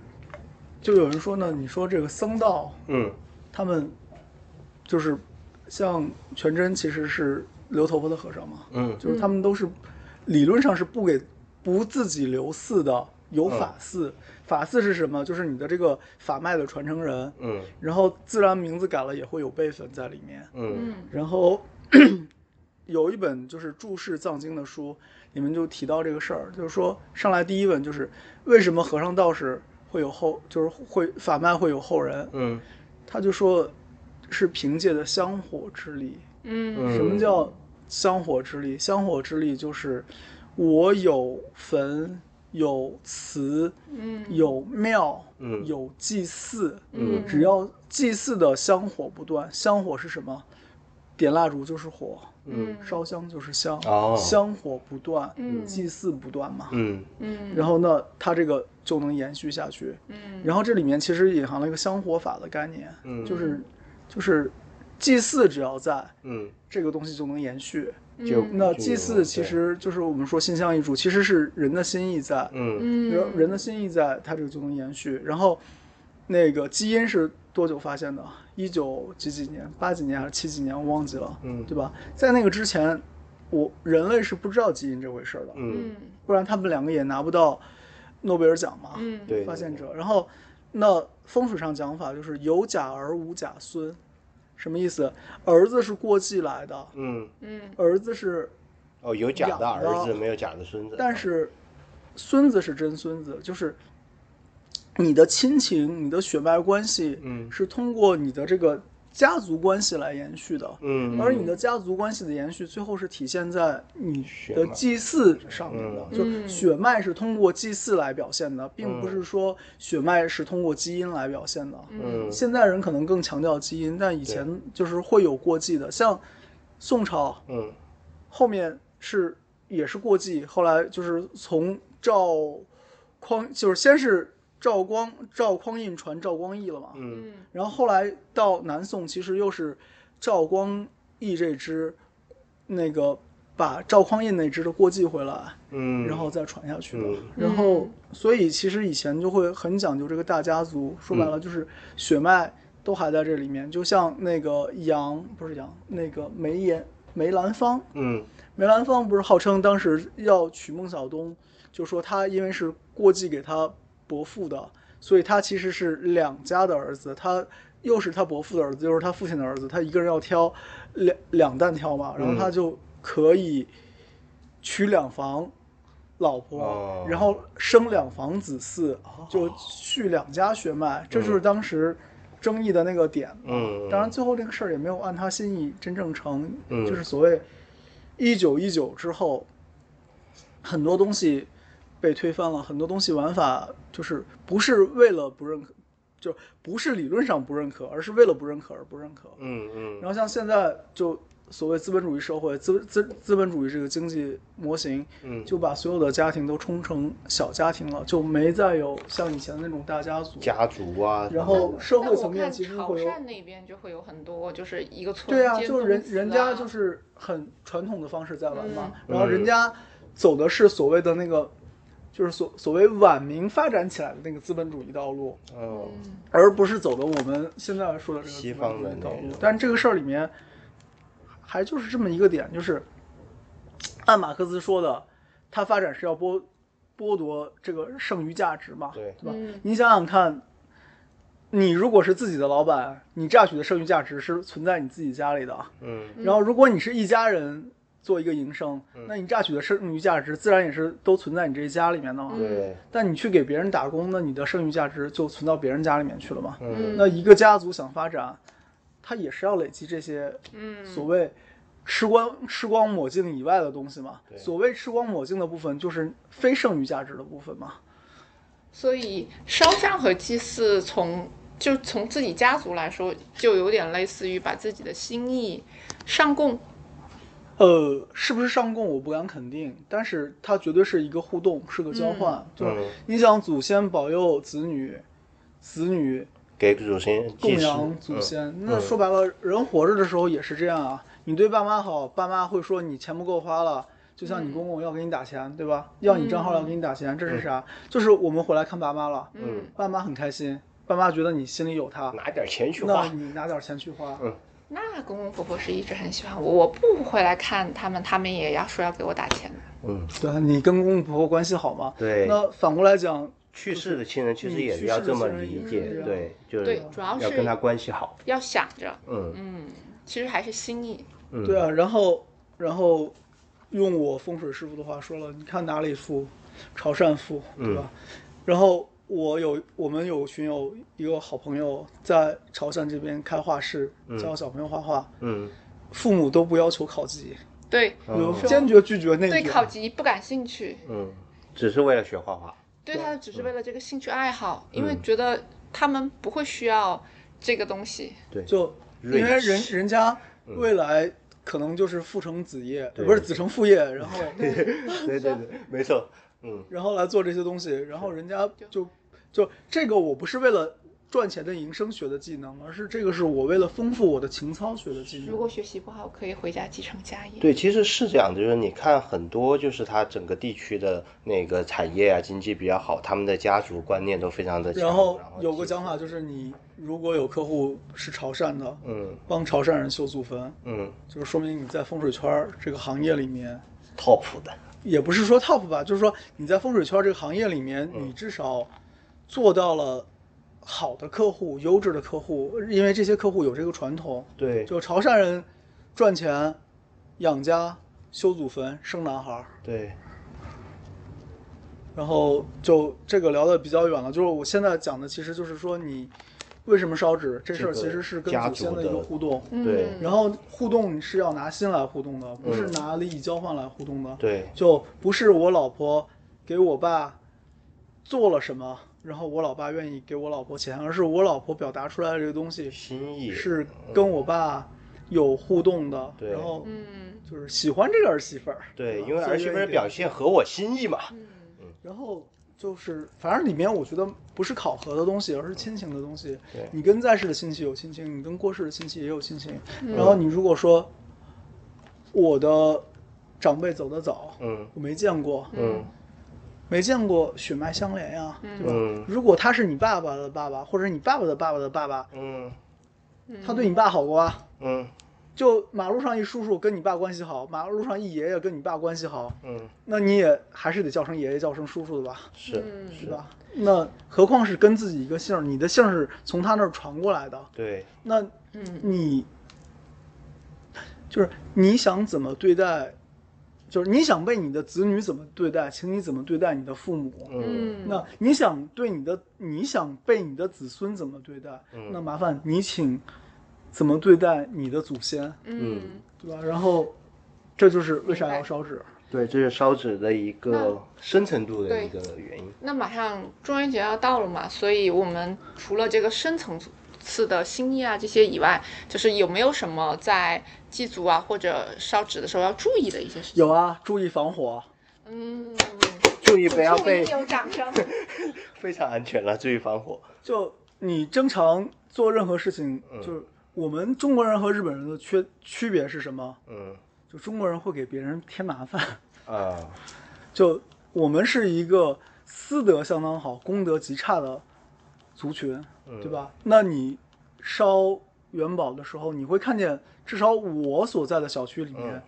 Speaker 1: 就有人说呢，你说这个僧道
Speaker 2: 嗯
Speaker 1: 他们就是像全真其实是留头发的和尚嘛，
Speaker 2: 嗯
Speaker 1: 就是他们都是理论上是不给不自己留寺的，有法寺。法寺是什么？就是你的这个法脉的传承人，
Speaker 2: 嗯
Speaker 1: 然后自然名字改了也会有辈分在里面。
Speaker 2: 嗯
Speaker 3: 嗯
Speaker 1: 然后 有一本就是注释藏经的书，里面就提到这个事儿，就是说上来第一问就是为什么和尚道士会有后，就是会法脉会有后人，
Speaker 2: 嗯
Speaker 1: 他就说是凭借的香火之力。
Speaker 3: 嗯
Speaker 1: 什么叫香火之力？香火之力就是我有坟，有祠，
Speaker 3: 嗯，
Speaker 1: 有庙，
Speaker 2: 嗯
Speaker 1: 有祭祀，
Speaker 2: 嗯
Speaker 1: 只要祭祀的香火不断，香火是什么？点蜡烛就是火，
Speaker 2: 嗯
Speaker 3: 嗯
Speaker 1: 烧香就是香，
Speaker 2: 哦
Speaker 1: 香火不断，
Speaker 3: 嗯
Speaker 1: 祭祀不断嘛。
Speaker 2: 嗯
Speaker 3: 嗯，
Speaker 1: 然后呢，它这个就能延续下去。
Speaker 3: 嗯
Speaker 1: 然后这里面其实隐含了一个香火法的概念，
Speaker 2: 嗯
Speaker 1: 就是就是祭祀只要在，
Speaker 2: 嗯
Speaker 1: 这个东西就能延续。
Speaker 2: 就
Speaker 3: 嗯
Speaker 1: 那祭祀其实就是我们说心相易主，其实是人的心意在，
Speaker 2: 嗯
Speaker 3: 嗯
Speaker 1: 人人的心意在，它这个就能延续。然后，那个基因是多久发现的？一九几几年，八几年还是七几年，我忘记了，
Speaker 2: 嗯
Speaker 1: 对吧？在那个之前，我人类是不知道基因这回事儿的，
Speaker 2: 嗯
Speaker 3: 嗯
Speaker 1: 不然他们两个也拿不到诺贝尔奖嘛，
Speaker 3: 嗯
Speaker 2: 对
Speaker 1: 发现者。然后，那风水上讲法就是有甲而无甲孙，什么意思？儿子是过继来的，
Speaker 2: 嗯
Speaker 3: 嗯
Speaker 1: 儿子是
Speaker 2: 哦有假的儿子没有假的孙子，
Speaker 1: 但是孙子是真孙子，就是你的亲情、你的血脉关系
Speaker 2: 嗯
Speaker 1: 是通过你的这个家族关系来延续的，
Speaker 2: 嗯
Speaker 1: 而你的家族关系的延续，最后是体现在你
Speaker 2: 血
Speaker 1: 的
Speaker 2: 脉
Speaker 1: 祭祀上面的，
Speaker 3: 嗯
Speaker 1: 就血脉是通过祭祀来表现的，并不
Speaker 2: 嗯
Speaker 1: 是说血脉是通过基因来表现的。
Speaker 2: 嗯
Speaker 1: 现在人可能更强调基因，但以前就是会有过继的，像宋朝，
Speaker 2: 嗯
Speaker 1: 后面是也是过继，后来就是从赵匡，就是先是赵光赵匡胤传赵光义了嘛，
Speaker 2: 嗯
Speaker 3: 嗯
Speaker 1: 然后后来到南宋，其实又是赵光义这支，那个把赵匡胤那支的过继回来，
Speaker 2: 嗯，
Speaker 1: 然后再传下去的。
Speaker 2: 嗯
Speaker 1: 然后，所以其实以前就会很讲究这个大家族，说白
Speaker 2: 嗯
Speaker 1: 了就是血脉都还在这里面。就像那个杨，不是杨，那个梅艳梅兰芳，
Speaker 2: 嗯
Speaker 1: 梅兰芳不是号称当时要娶孟小冬，就说他因为是过继给他伯父的，所以他其实是两家的儿子，他又是他伯父的儿子，又是他父亲的儿子，他一个人要挑两
Speaker 2: 嗯
Speaker 1: 两担挑嘛，然后他就可以娶两房老婆，
Speaker 2: 哦
Speaker 1: 然后生两房子嗣，就续两家血脉，这就是当时争议的那个点。
Speaker 2: 嗯，
Speaker 1: 啊当然，最后这个事儿也没有按他心意真正成，
Speaker 2: 嗯
Speaker 1: 就是所谓一九一九之后，很多东西被推翻了，很多东西玩法就是不是为了不认可，就不是理论上不认可，而是为了不认可而不认可。
Speaker 2: 嗯嗯，
Speaker 1: 然后像现在就所谓资本主义社会，资资资本主义这个经济模型，
Speaker 2: 嗯
Speaker 1: 就把所有的家庭都冲成小家庭了，就没再有像以前的那种大家族。
Speaker 2: 家族啊，
Speaker 1: 然后社
Speaker 3: 那
Speaker 1: 会
Speaker 3: 我
Speaker 1: 层面
Speaker 3: 看
Speaker 1: 其实
Speaker 3: 潮
Speaker 1: 会有
Speaker 3: 汕那边就会有很多，就是一个村
Speaker 1: 对啊，
Speaker 3: 兼
Speaker 1: 就是
Speaker 3: 公
Speaker 1: 人
Speaker 3: 司
Speaker 1: 人家
Speaker 3: 啊
Speaker 1: 就是很传统的方式在玩嘛，
Speaker 2: 嗯
Speaker 1: 然后人家走的是所谓的那个，就是所所谓晚明发展起来的那个资本主义道路，
Speaker 2: 嗯
Speaker 1: 而不是走的我们现在说的这个
Speaker 2: 西
Speaker 1: 资本
Speaker 2: 方
Speaker 1: 主
Speaker 2: 的
Speaker 1: 义
Speaker 2: 那
Speaker 1: 道路
Speaker 2: 种。
Speaker 1: 但这个事儿里面，还就是这么一个点，就是按马克思说的，它发展是要剥剥夺这个剩余价值嘛，
Speaker 2: 对
Speaker 1: 吧？
Speaker 3: 嗯
Speaker 1: 你想想看，你如果是自己的老板，你榨取的剩余价值是存在你自己家里的啊。
Speaker 2: 嗯
Speaker 1: 然后如果你是一家人做一个营生，那你榨取的剩余价值自然也是都存在你这一家里面的嘛。
Speaker 2: 对，
Speaker 1: 但你去给别人打工，那你的剩余价值就存到别人家里面去了嘛。
Speaker 2: 嗯
Speaker 1: 那一个家族想发展，他也是要累积这些
Speaker 3: 嗯
Speaker 1: 所谓吃光吃光抹净以外的东西嘛。
Speaker 2: 对
Speaker 1: 所谓吃光抹净的部分，就是非剩余价值的部分嘛。
Speaker 3: 所以烧香和祭祀从就从自己家族来说，就有点类似于把自己的心意上供。
Speaker 1: 呃，是不是上供我不敢肯定，但是它绝对是一个互动，是个交换。就是
Speaker 2: 嗯
Speaker 1: 你想祖先保佑子女，子女
Speaker 2: 给祖先
Speaker 1: 供
Speaker 2: 祭祀
Speaker 1: 养祖先。
Speaker 2: 嗯
Speaker 1: 那说白了，人活着的时候也是这样啊。你对爸妈好，爸妈会说你钱不够花了，就像
Speaker 2: 嗯
Speaker 1: 你公公要给你打钱，对吧？要你账号要给你打钱，这是啥？就是我们回来看爸妈了，
Speaker 3: 嗯
Speaker 1: 爸妈很开心，爸妈觉得你心里有他，
Speaker 2: 嗯拿点钱去
Speaker 1: 那
Speaker 2: 花，
Speaker 1: 你拿点钱去花。
Speaker 2: 嗯
Speaker 3: 那公公婆婆是一直很喜欢我，我不回来看他们，他们也要说要给我打钱的。
Speaker 2: 嗯，
Speaker 1: 对啊，你跟公公婆婆关系好吗？
Speaker 2: 对
Speaker 1: 那反过来讲，
Speaker 2: 去世的亲人其实也是要这么
Speaker 1: 嗯
Speaker 2: 理解，对，就是要跟他关系好，
Speaker 3: 要想着，
Speaker 2: 嗯
Speaker 3: 嗯，其实还是心意。
Speaker 2: 嗯，
Speaker 1: 对啊，然后然后用我风水师傅的话说了，你看哪里富，潮汕富，对吧？
Speaker 2: 嗯
Speaker 1: 然后我有我们有群友一个好朋友在潮汕这边开画室，教小朋友画画，
Speaker 2: 嗯，
Speaker 1: 父母都不要求考级，
Speaker 3: 对
Speaker 1: 有
Speaker 2: 嗯
Speaker 1: 坚决拒绝内
Speaker 3: 对，考
Speaker 1: 卷。
Speaker 3: 级不感兴趣，
Speaker 2: 嗯，只是为了学画画，
Speaker 3: 对
Speaker 1: 对
Speaker 3: 他只是为了这个兴趣爱好，因为觉得他们不会需要这个东西。
Speaker 2: 对，
Speaker 1: 就因为人人家未来可能就是父承子业，
Speaker 2: 嗯对
Speaker 1: 不是子承父业，然 后
Speaker 2: 对对对，没错，嗯
Speaker 1: 然后来做这些东西，然后人家就就这个我不是为了赚钱的营生学的技能，而是这个是我为了丰富我的情操学的技
Speaker 3: 如
Speaker 1: 能。
Speaker 3: 果学习不好，可以回家继承家业。
Speaker 2: 对，其实是这样的，就是你看很多就是它整个地区的那个产业啊，经济比较好，他们的家族观念都非常的强。
Speaker 1: 然
Speaker 2: 然
Speaker 1: 后有个讲
Speaker 2: 法，
Speaker 1: 法就是，你如果有客户是潮汕的，
Speaker 2: 嗯
Speaker 1: 帮潮汕人修祖坟，
Speaker 2: 嗯
Speaker 1: 就是说明你在风水圈儿这个行业里面，
Speaker 2: ，top 的，
Speaker 1: 也不是说 top 吧，就是说你在风水圈儿这个行业里面，
Speaker 3: 嗯
Speaker 1: 你至少做到了好的客户、优质的客户，因为这些客户有这个传统，
Speaker 2: 对
Speaker 1: 就潮汕人赚钱、养家、修祖坟、生男孩儿，
Speaker 2: 对，
Speaker 1: 然后就这个聊的比较远了。就是我现在讲的，其实就是说你为什么烧纸这事儿，
Speaker 2: 这个
Speaker 1: 其实是跟
Speaker 2: 家
Speaker 1: 祖先
Speaker 2: 族
Speaker 1: 的一个
Speaker 2: 的
Speaker 1: 互动。
Speaker 2: 对
Speaker 3: 嗯
Speaker 1: 然后互动你是要拿心来互动的，不
Speaker 2: 嗯
Speaker 1: 是拿利益交换来互动的。
Speaker 2: 对
Speaker 1: 就不是我老婆给我爸做了什么，然后我老爸愿意给我老婆钱，而是我老婆表达出来的这个东西
Speaker 2: 心意
Speaker 1: 是跟我爸有互动的。
Speaker 2: 对
Speaker 1: 然后
Speaker 3: 嗯，
Speaker 1: 就是喜欢这个儿媳妇儿。
Speaker 2: 对，
Speaker 1: 吧
Speaker 2: 因为儿媳妇的表。现合我心意嘛。
Speaker 1: 所
Speaker 3: 嗯
Speaker 1: 以愿意给然后就是，反正里面我觉得不是考核的东西，而是亲情的东西。
Speaker 2: 对
Speaker 1: 你跟在世的亲戚有亲情，你跟过世的亲戚也有亲情。
Speaker 3: 嗯
Speaker 1: 然后你如果说我的长辈走得早，
Speaker 2: 嗯
Speaker 1: 我没见过，
Speaker 2: 嗯
Speaker 1: 没见过血脉相连呀、对吧？
Speaker 2: 嗯
Speaker 1: 如果他是你爸爸的爸爸，或者你爸爸的爸爸的爸爸，
Speaker 2: 嗯
Speaker 1: 他对你爸好过啊？
Speaker 2: 嗯
Speaker 1: 就马路上一叔叔跟你爸关系好，马路上一爷爷跟你爸关系好，
Speaker 2: 嗯，
Speaker 1: 那你也还是得叫声爷爷，叫声叔叔的吧，
Speaker 2: 是
Speaker 3: 嗯
Speaker 1: 对
Speaker 2: 是，
Speaker 1: 吧？那何况是跟自己一个姓儿，你的姓儿是从他那儿传过来的，
Speaker 2: 对，
Speaker 1: 那
Speaker 3: 嗯
Speaker 1: 你就是你想怎么对待，就是你想被你的子女怎么对待，请你怎么对待你的父母。
Speaker 2: 嗯
Speaker 1: 那你想对你的，你想被你的子孙怎么对待？
Speaker 2: 嗯
Speaker 1: 那麻烦你请怎么对待你的祖先，
Speaker 3: 嗯
Speaker 1: 对吧？然后这就是为
Speaker 3: 明
Speaker 1: 啥
Speaker 3: 白
Speaker 1: 要烧纸。
Speaker 2: 对，这是烧纸的一个深层度的
Speaker 3: 对
Speaker 2: 一个原因。
Speaker 3: 那马上中元节要到了嘛，所以我们除了这个深层次的心意啊这些以外，就是有没有什么在祭祖啊或者烧纸的时候要注意的一些事情？
Speaker 1: 有啊，注意防火。
Speaker 3: 嗯，
Speaker 2: 注意不要被
Speaker 3: 有掌声。
Speaker 2: 非常安全了，注意防火。
Speaker 1: 就你正常做任何事情，
Speaker 2: 嗯
Speaker 1: 就是我们中国人和日本人的区区别是什么？
Speaker 2: 嗯
Speaker 1: 就中国人会给别人添麻烦。
Speaker 2: 啊，
Speaker 1: 就我们是一个私德相当好、功德极差的族群，
Speaker 2: 嗯
Speaker 1: 对吧？那你烧元宝的时候，你会看见，至少我所在的小区里面、
Speaker 2: 嗯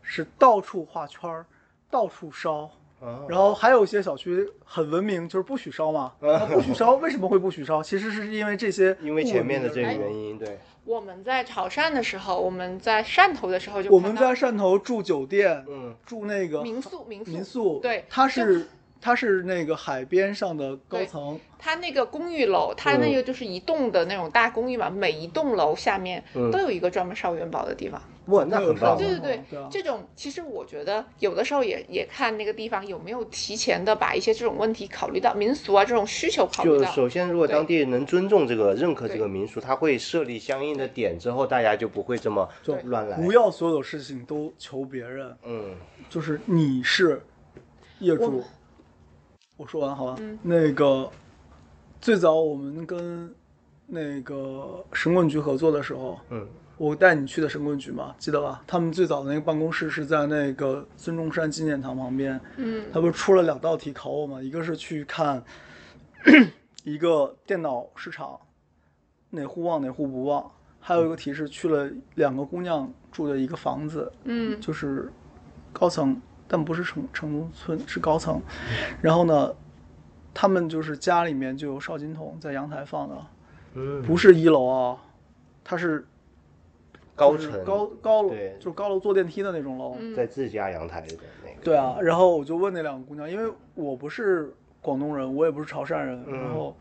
Speaker 1: 是到处画圈儿，到处烧。
Speaker 2: 啊
Speaker 1: 然后还有一些小区很文明，就是不许烧 嘛。那不许烧，为什么会不许烧？其实是因为这些
Speaker 2: 因为
Speaker 1: 不
Speaker 2: 前
Speaker 1: 文
Speaker 2: 面
Speaker 1: 明
Speaker 2: 的这个
Speaker 1: 人
Speaker 2: 原因，对，
Speaker 3: 我们在潮汕的时候，我们在汕头的时候就
Speaker 1: 我
Speaker 3: 看
Speaker 1: 们在
Speaker 3: 到
Speaker 1: 汕头住酒店，
Speaker 2: 嗯
Speaker 1: 住那个
Speaker 3: 民宿民宿
Speaker 1: 民宿，
Speaker 3: 对，
Speaker 1: 它
Speaker 3: 就是
Speaker 1: 它是那个海边上的高
Speaker 3: 对
Speaker 1: 层，
Speaker 3: 它那个公寓楼，它那个就是一栋的那种大公寓嘛，每一栋楼下面
Speaker 2: 嗯
Speaker 3: 都有一个专门烧元宝的地方。
Speaker 2: 哇，那很棒
Speaker 1: 哦
Speaker 2: 啊
Speaker 3: 对。对对，
Speaker 1: 对啊
Speaker 3: 这种其实我觉得有的时候也也看那个地方有没有提前的把一些这种问题考虑到民俗啊这种需求考虑
Speaker 2: 就
Speaker 3: 到。
Speaker 2: 首先，如果
Speaker 3: 对
Speaker 2: 当地人能尊重这个、认可这
Speaker 3: 对
Speaker 2: 个民俗，他会设立相应的点，之后大家就不会这么
Speaker 1: 就
Speaker 2: 乱来。
Speaker 1: 不要所有事情都求别人，
Speaker 2: 嗯
Speaker 1: 就是你是业
Speaker 3: 我
Speaker 1: 主
Speaker 3: 们。
Speaker 1: 我说完好吧？
Speaker 3: 嗯
Speaker 1: 那个最早我们跟那个神棍局合作的时候，
Speaker 2: 嗯
Speaker 1: 我带你去的神棍局嘛，记得吧？他们最早的那个办公室是在那个孙中山纪念堂旁边，
Speaker 3: 嗯
Speaker 1: 他不是出了两道题考我吗？一个是去看 一个电脑市场，哪户旺哪户不旺，还有一个题是去了两个姑娘住的一个房子，
Speaker 3: 嗯
Speaker 1: 就是高层，但不是城城中村，是高层。然后呢，他们就是家里面就有烧金桶在阳台放的，
Speaker 2: 嗯，
Speaker 1: 不是一楼啊，它是
Speaker 2: 高
Speaker 1: 就是
Speaker 2: 层
Speaker 1: 高高楼
Speaker 2: 对，
Speaker 1: 就是高楼坐电梯的那种楼。
Speaker 3: 嗯
Speaker 2: 在自家阳台的那个。
Speaker 1: 对啊，然后我就问那两个姑娘，因为我不是广东人，我也不是潮汕人，
Speaker 2: 嗯
Speaker 1: 然后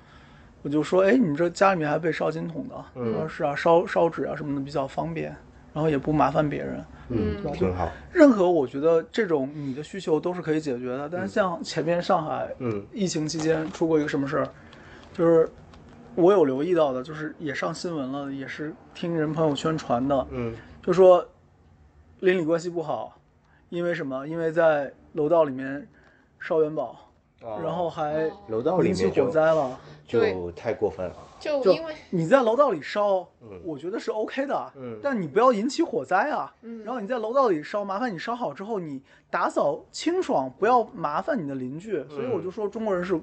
Speaker 1: 我就说，哎，你们这家里面还备烧金桶的？她
Speaker 2: 嗯
Speaker 1: 说是啊，烧烧纸啊什么的比较方便，然后也不麻烦别人。
Speaker 2: 嗯，挺好。
Speaker 1: 任何我觉得这种你的需求都是可以解决的，但是像前面上海
Speaker 2: 嗯
Speaker 1: 疫情期间出过一个什么事儿，就是我有留意到的，就是也上新闻了，也是听人朋友圈传的，
Speaker 2: 嗯
Speaker 1: 就说邻里关系不好，因为什么？因为在楼道里面烧元宝，
Speaker 2: 啊
Speaker 1: 然后还
Speaker 2: 楼道里
Speaker 1: 引起
Speaker 2: 面
Speaker 1: 火
Speaker 2: 就
Speaker 1: 灾了。
Speaker 2: 就太过分了。
Speaker 3: 就
Speaker 1: 就
Speaker 3: 因为
Speaker 1: 你在楼道里烧
Speaker 2: 嗯，
Speaker 1: 我觉得是 OK 的，
Speaker 2: 嗯
Speaker 1: 但你不要引起火灾啊。
Speaker 3: 嗯
Speaker 1: 然后你在楼道里烧，麻烦你烧好之后，你打扫清爽，不要麻烦你的邻居。
Speaker 2: 嗯
Speaker 1: 所以我就说中国人是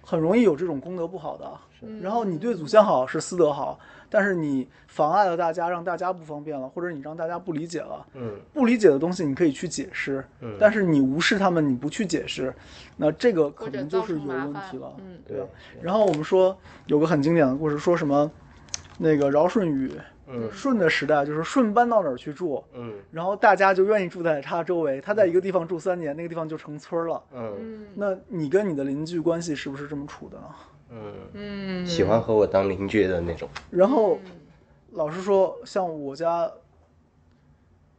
Speaker 1: 很容易有这种功德不好的。啊
Speaker 3: 嗯
Speaker 1: 然后你对祖先好是私德好，但是你妨碍了大家，让大家不方便了，或者你让大家不理解了。
Speaker 2: 嗯
Speaker 1: 不理解的东西你可以去解释，
Speaker 2: 嗯
Speaker 1: 但是你无视他们，你不去解释，那这个可
Speaker 3: 或者
Speaker 1: 能就
Speaker 3: 造
Speaker 1: 是
Speaker 3: 成
Speaker 1: 有
Speaker 3: 麻
Speaker 1: 问
Speaker 3: 烦
Speaker 1: 题了。
Speaker 3: 嗯
Speaker 1: 对吧
Speaker 2: 对
Speaker 1: 然后我们说有个很经典的故事，说什么那个尧舜禹，
Speaker 2: 嗯
Speaker 1: 舜的时代就是舜搬到哪儿去住，
Speaker 2: 嗯
Speaker 1: 然后大家就愿意住在他周围，他在一个地方住三年，那个地方就成村儿了。
Speaker 2: 嗯
Speaker 3: 嗯
Speaker 1: 那你跟你的邻居关系是不是这么处的呢？
Speaker 2: 嗯，
Speaker 3: 嗯
Speaker 2: 喜欢和我当邻居的那种。
Speaker 1: 然后老实说，像我家，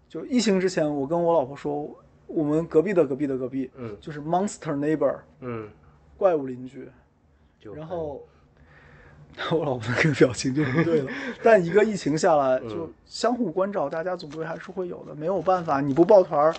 Speaker 1: 就疫情之前，我跟我老婆说，我们隔壁的隔壁的隔壁，
Speaker 2: 嗯
Speaker 1: 就是 monster neighbor
Speaker 2: 嗯，
Speaker 1: 怪物邻居，
Speaker 2: 就
Speaker 1: 然后 我老婆那个表情就不对了。但一个疫情下来，就相互关照，大家总归还是会有的，没有办法，你不抱团儿，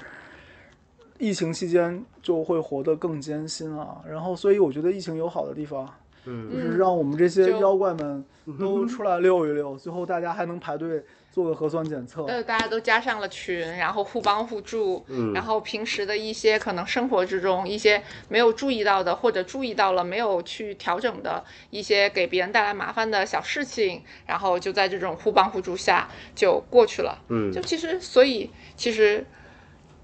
Speaker 1: 疫情期间就会活得更艰辛啊。然后，所以我觉得疫情有好的地方，
Speaker 2: 嗯
Speaker 1: 就是让我们这些
Speaker 3: 就
Speaker 1: 妖怪们都出来溜一溜，最后大家还能排队做个核酸检测。
Speaker 3: 呃，大家都加上了群，然后互帮互助，
Speaker 2: 嗯
Speaker 3: 然后平时的一些可能生活之中一些没有注意到的，或者注意到了没有去调整的一些给别人带来麻烦的小事情，然后就在这种互帮互助下就过去了。
Speaker 2: 嗯
Speaker 3: 就其实，所以其实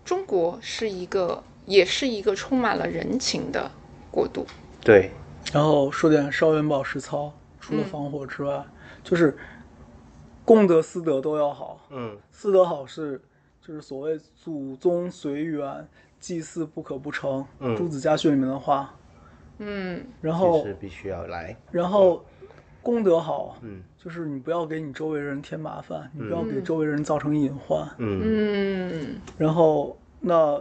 Speaker 3: 中国是一个，也是一个充满了人情的国度。
Speaker 2: 对，
Speaker 1: 然后说点烧元宝实操，除
Speaker 3: 嗯
Speaker 1: 了防火之外，就是功德私德都要好。
Speaker 2: 嗯
Speaker 1: 四德好是就是所谓祖宗随缘，祭祀不可不成，
Speaker 2: 嗯
Speaker 1: 朱子家训里面的话。
Speaker 3: 嗯，
Speaker 1: 然
Speaker 2: 其
Speaker 1: 后
Speaker 2: 实，必须要来，
Speaker 1: 然后功德好，
Speaker 2: 嗯
Speaker 1: 就是你不要给你周围人添麻烦，你不要
Speaker 3: 嗯
Speaker 1: 给周围人造成隐患。
Speaker 2: 嗯
Speaker 3: 嗯，
Speaker 1: 然后那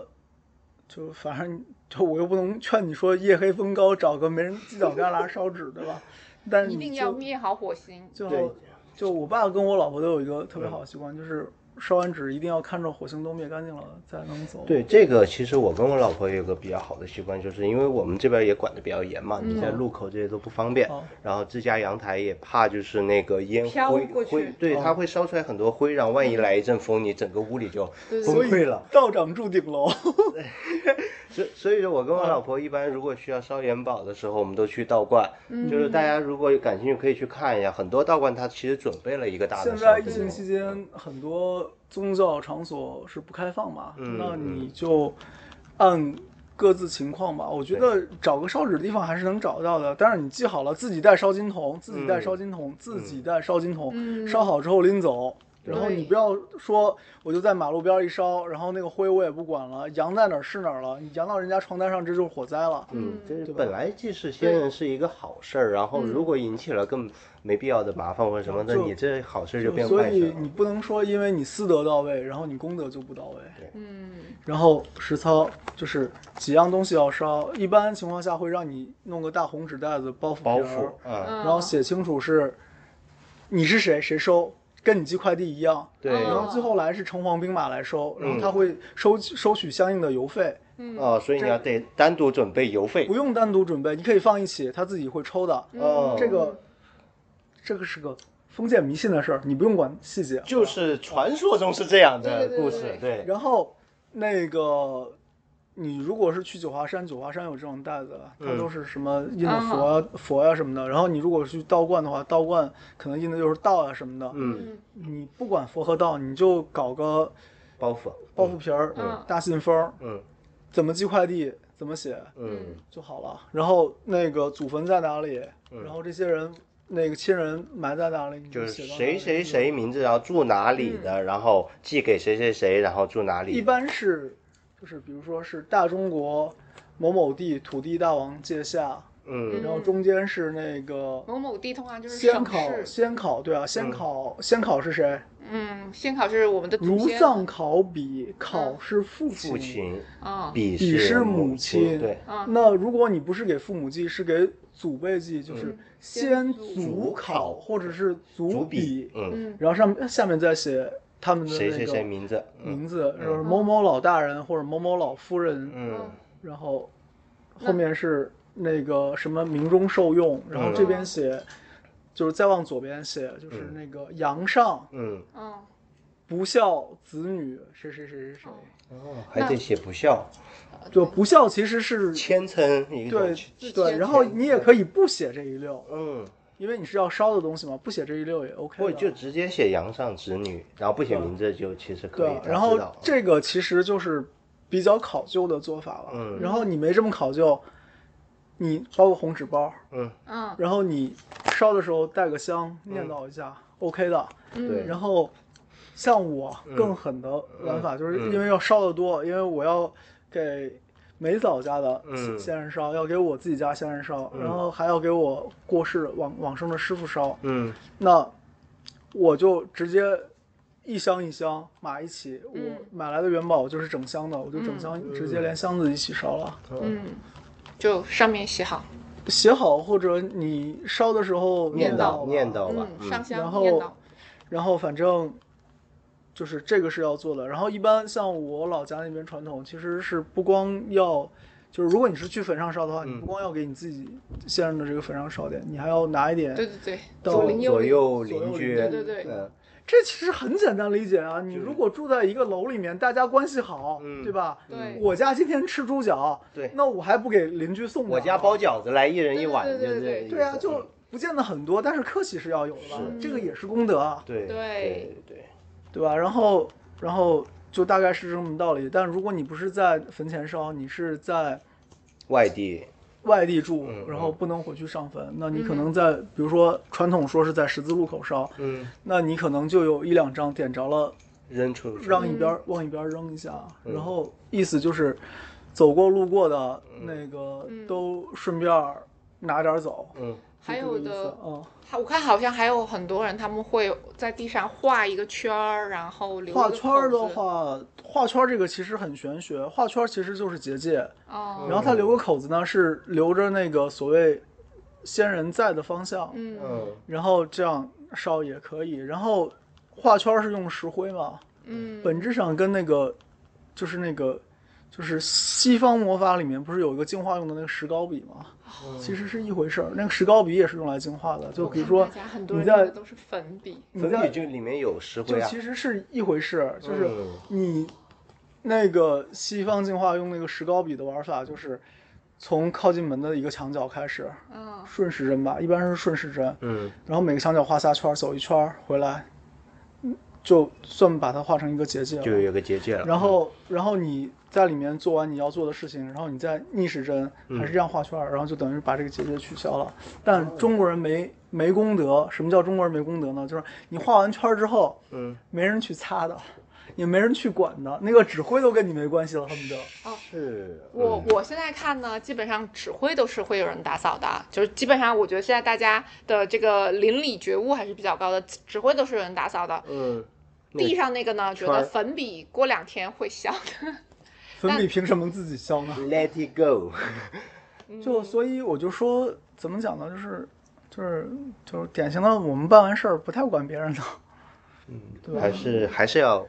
Speaker 1: 就反正就我又不能劝你说夜黑风高找个没人犄角旮旯烧纸，对吧？但是
Speaker 3: 一
Speaker 1: 你
Speaker 3: 定
Speaker 1: 就
Speaker 3: 要灭好火星。
Speaker 2: 对
Speaker 1: 就就我爸跟我老婆都有一个特别好的习惯，就是烧完纸一定要看着火星都灭干净了才能走。
Speaker 2: 对这个，其实我跟我老婆有个比较好的习惯，就是因为我们这边也管得比较严嘛，你在
Speaker 3: 嗯
Speaker 2: 路口这些都不方便，
Speaker 1: 哦
Speaker 2: 然后自家阳台也怕就是那个烟
Speaker 3: 飘
Speaker 2: 灰
Speaker 3: 过去哦嗯
Speaker 2: 灰，对，它会烧出来很多灰壤，万一来一阵风，你整个屋里就崩
Speaker 1: 所以
Speaker 2: 溃了。
Speaker 1: 道长住顶楼。
Speaker 2: 所以所以说我跟
Speaker 3: 哦
Speaker 2: 我老婆一般如果需要烧元宝的时候，我们都去道观，
Speaker 3: 嗯
Speaker 2: 就是大家如果感兴趣可以去看一下，很多道观它其实准备了一个大的
Speaker 1: 现
Speaker 2: 烧
Speaker 1: 在疫
Speaker 2: 这
Speaker 1: 情
Speaker 2: 种。
Speaker 1: 期间，很多宗教场所是不开放嘛，
Speaker 2: 嗯
Speaker 1: 那你就按各自情况吧。我觉得找个烧纸的地方还是能找到的，但是你记好了，自己带烧金童，自己带
Speaker 2: 嗯
Speaker 1: 烧金童，自己带烧金童，
Speaker 3: 嗯
Speaker 1: 烧好之后拎走。
Speaker 2: 对
Speaker 1: 然后你不要说，我就在马路边儿一烧，然后那个灰我也不管了，扬在哪儿是哪儿了，你扬到人家床单上，这就是火灾了。
Speaker 2: 嗯，这
Speaker 1: 对吧嗯
Speaker 2: 本来祭祀先人是一个好事儿，然后如果引起了更没必要的麻烦或者什么的，
Speaker 1: 就
Speaker 2: 你这好事就变
Speaker 1: 所
Speaker 2: 坏事
Speaker 1: 以
Speaker 2: 了。
Speaker 1: 你不能说因为你私德到位，然后你功德就不到位。
Speaker 3: 嗯
Speaker 1: 然后实操就是几样东西要烧，一般情况下会让你弄个大红纸袋子包袱
Speaker 2: 包
Speaker 1: 皮儿
Speaker 2: 袱，嗯，
Speaker 3: 嗯，
Speaker 1: 然后写清楚是你是谁，谁收，跟你寄快递一样。
Speaker 2: 对，嗯
Speaker 3: 嗯
Speaker 1: 然后最后来是城隍兵马来收，然后他会收收取相应的邮费，
Speaker 3: 嗯
Speaker 2: 哦，所以你要得单独准备邮费
Speaker 1: 不。用单独准备，你可以放一起，他自己会抽的。
Speaker 2: 哦，
Speaker 1: 这个这个是个封建迷信的事儿，你不用管细节。
Speaker 2: 就是传说中是这样的
Speaker 3: 对对对
Speaker 2: 故
Speaker 3: 对
Speaker 2: 事，对，
Speaker 1: 然后那个，你如果是去九华山，九华山有这种袋子，它
Speaker 2: 嗯
Speaker 1: 都是什么印
Speaker 3: 嗯
Speaker 1: 的佛啊、佛呀、什么的。然后你如果去道观的话，道观可能印的就是道啊什么的。
Speaker 2: 嗯，
Speaker 3: 嗯
Speaker 1: 你不管佛和道，你就搞个
Speaker 2: 包袱，
Speaker 1: 包袱皮儿、
Speaker 3: 嗯
Speaker 1: 大信封，
Speaker 2: 嗯
Speaker 1: 怎么寄快递怎么写
Speaker 2: 嗯
Speaker 1: 就好了。然后那个祖坟在哪里，
Speaker 2: 嗯
Speaker 1: 然后这些人那个亲人埋在哪里，你
Speaker 2: 就是
Speaker 1: 写到哪
Speaker 2: 谁
Speaker 1: 里
Speaker 2: 谁
Speaker 1: 就
Speaker 2: 谁名字，然后住哪里的，然后寄给谁谁谁，然后住哪里。
Speaker 1: 一般是，就是比如说是大中国某某地土地大王界下，
Speaker 2: 嗯
Speaker 1: 然后中间是那个
Speaker 3: 某某地通常就是
Speaker 1: 先
Speaker 3: 省
Speaker 1: 考，
Speaker 3: 嗯市，
Speaker 1: 先考对啊，先
Speaker 2: 嗯
Speaker 1: 考先考是谁？
Speaker 3: 嗯，先考就是我们的祖
Speaker 1: 如
Speaker 3: 先嗯
Speaker 1: 丧考妣，考是父
Speaker 2: 父亲，
Speaker 3: 啊，
Speaker 2: 彼
Speaker 1: 嗯彼
Speaker 2: 是
Speaker 1: 是
Speaker 2: 母
Speaker 1: 母
Speaker 2: 亲，
Speaker 1: 亲。
Speaker 2: 对，
Speaker 3: 嗯
Speaker 1: 那如果你不是给父母记，是给祖辈记，就是
Speaker 2: 嗯
Speaker 1: 先
Speaker 3: 祖
Speaker 1: 祖考或者是祖
Speaker 2: 主
Speaker 1: 比
Speaker 2: 笔，，嗯，
Speaker 3: 嗯
Speaker 1: 然后上面下面再写他们的
Speaker 2: 谁
Speaker 1: 那
Speaker 2: 谁谁
Speaker 1: 个
Speaker 2: 名字，嗯
Speaker 1: 名字，就是某某老大人或者某某老夫人，
Speaker 2: 嗯
Speaker 1: 然后后面是那个什么明中受用，然后这
Speaker 2: 嗯
Speaker 1: 边写，就是再往左边写就是那个阳上
Speaker 2: 嗯，
Speaker 3: 嗯，
Speaker 1: 不孝子女谁谁谁谁谁，
Speaker 2: 哦，还得写不孝，
Speaker 1: 就不孝其实是
Speaker 2: 谦称一种
Speaker 1: 对
Speaker 2: 谦，
Speaker 1: 对，然后你也可以不写这一溜，
Speaker 2: 嗯，
Speaker 1: 因为你是要烧的东西嘛，不写这一溜也 OK 的。
Speaker 2: 或者就直接写阳上子女，然后不写名字就其实可以
Speaker 1: 对，，啊然
Speaker 2: 他
Speaker 1: 后
Speaker 2: 知道啊
Speaker 1: 这个其实就是比较考究的做法了。
Speaker 2: 嗯
Speaker 1: 然后你没这么考究，你包个红纸包，
Speaker 2: 嗯，
Speaker 3: 嗯，
Speaker 1: 然后你烧的时候带个香念叨一下、o k 的。
Speaker 3: 嗯
Speaker 2: 对，
Speaker 1: 然后像我
Speaker 2: 嗯
Speaker 1: 更狠的玩法，就是因为要烧的多，因为我要给梅嫂家的
Speaker 2: 嗯
Speaker 1: 先人烧，要给我自己家先人烧，然后还要给我过世往往生的师傅烧。
Speaker 2: 嗯
Speaker 1: 那我就直接一箱一箱码一起，我
Speaker 3: 嗯
Speaker 1: 买来的元宝就是
Speaker 2: 嗯
Speaker 3: 嗯
Speaker 1: 整箱的，我就整箱直接连箱子一起烧了。
Speaker 3: 嗯，就上面写好，
Speaker 1: 写好或者你烧的时候
Speaker 2: 念
Speaker 1: 叨
Speaker 2: 叨念
Speaker 1: 叨，
Speaker 2: 叨吧，
Speaker 3: 嗯，
Speaker 2: 嗯
Speaker 3: 上香
Speaker 1: 然后
Speaker 3: 念叨，
Speaker 1: 然后反正就是这个是要做的。然后一般像我老家那边传统，其实是不光要，就是如果你是去坟上烧的话，你
Speaker 2: 嗯
Speaker 1: 不光要给你自己现任的这个坟上烧点，你还要拿一点
Speaker 3: 对对对，
Speaker 1: 到
Speaker 3: 左
Speaker 2: 左
Speaker 3: 邻
Speaker 1: 邻
Speaker 3: 右
Speaker 2: 左
Speaker 3: 里
Speaker 2: 右
Speaker 1: 左
Speaker 2: 邻
Speaker 1: 右邻
Speaker 2: 居，
Speaker 3: 居对对对
Speaker 2: 嗯
Speaker 1: 这其实很简单理解啊，你
Speaker 2: 嗯
Speaker 1: 如果住在一个楼里面，大家关系好，
Speaker 2: 嗯
Speaker 1: 对吧？
Speaker 3: 对
Speaker 1: 我家今天吃猪脚，
Speaker 2: 对，
Speaker 1: 那我还不给邻居送点儿？啊
Speaker 2: 我家包饺子来，一人一
Speaker 3: 对
Speaker 2: 碗，
Speaker 3: 对对
Speaker 2: 就是这
Speaker 3: 对
Speaker 2: 个意
Speaker 1: 对啊，
Speaker 2: 思
Speaker 1: 就
Speaker 2: 嗯
Speaker 1: 不见得很多，但是客气是要有的吧
Speaker 3: 嗯
Speaker 2: 是，
Speaker 1: 这个也是功德啊，
Speaker 2: 对
Speaker 3: 对
Speaker 2: 对对，
Speaker 1: 对吧？然后，然后就大概是这么道理。但如果你不是在坟前烧，你是在
Speaker 2: 外地，
Speaker 1: 外地住
Speaker 2: 嗯，
Speaker 1: 然后不能回去上坟，那
Speaker 3: 嗯
Speaker 1: 你可能在，比如说传统说是在十字路口烧，
Speaker 2: 嗯，
Speaker 1: 那你可能就有一两张点着了。
Speaker 2: 扔出去，
Speaker 1: 让一边
Speaker 3: 嗯
Speaker 1: 儿往一边儿扔一下，
Speaker 2: 嗯
Speaker 1: 然后意思就是走过路过的那个
Speaker 3: 嗯
Speaker 1: 都顺便儿拿点儿走，
Speaker 2: 嗯
Speaker 3: 还有的
Speaker 1: 啊，
Speaker 3: 还我看好像还有很多人，他们会在地上画一个圈儿，然后留
Speaker 1: 画
Speaker 3: 一个
Speaker 1: 圈儿的
Speaker 3: 口子，
Speaker 1: 话，画圈儿这个其实很玄学，画圈儿其实就是结界，
Speaker 3: 哦，
Speaker 1: 然后它留个口子呢是留着那个所谓先人在的方向，
Speaker 3: 嗯
Speaker 2: 嗯
Speaker 1: 然后这样烧也可以，然后画圈儿是用石灰嘛，
Speaker 3: 嗯，
Speaker 1: 本质上跟那个就是那个就是西方魔法里面不是有一个净化用的那个石膏笔吗？
Speaker 2: 嗯
Speaker 1: 其实是一回事儿。那个石膏笔也是用来净化的，就比如说
Speaker 3: 大家很多
Speaker 1: 你
Speaker 3: 人
Speaker 1: 在
Speaker 3: 用的都是粉笔，
Speaker 1: 嗯你
Speaker 2: 粉
Speaker 1: 在
Speaker 2: 笔嗯就里面有石
Speaker 1: 就
Speaker 2: 灰啊，
Speaker 1: 其实是一回事，就是
Speaker 2: 嗯
Speaker 1: 你那个西方净化用那个石膏笔的玩法就是。从靠近门的一个墙角开始，
Speaker 3: 嗯，
Speaker 1: 顺时针吧，一般是顺时针，
Speaker 2: 嗯
Speaker 1: 然后每个墙角画仨圈儿，走一圈儿回来，嗯就算把它画成一个结界了。
Speaker 2: 就有个结界了，
Speaker 1: 然后，然后你在里面做完你要做的事情，然后你再逆时针
Speaker 2: 嗯
Speaker 1: 还是这样画圈儿，然后就等于把这个结界取消了。但中国人没没功德，什么叫中国人没功德呢？就是你画完圈儿之后，
Speaker 2: 嗯
Speaker 1: 没人去擦的，也没人去管的，那个指挥都跟你没关系了，恨不得。
Speaker 3: 哦
Speaker 2: 嗯是，
Speaker 3: 我
Speaker 2: 嗯
Speaker 3: 我现在看呢，基本上指挥都是会有人打扫的，就是基本上我觉得现在大家的这个邻里觉悟还是比较高的，指挥都是有人打扫的。
Speaker 2: 嗯那个
Speaker 3: 地上那个呢，觉
Speaker 2: 圈
Speaker 3: 得
Speaker 2: 儿
Speaker 3: 粉笔过两天会消的。
Speaker 1: 粉笔凭什么自己消呢？
Speaker 2: Let it go，
Speaker 3: 嗯
Speaker 1: 就所以我就说怎么讲呢，就是就是就是典型的我们办完事儿不太管别人的，对吧
Speaker 2: 还是还是要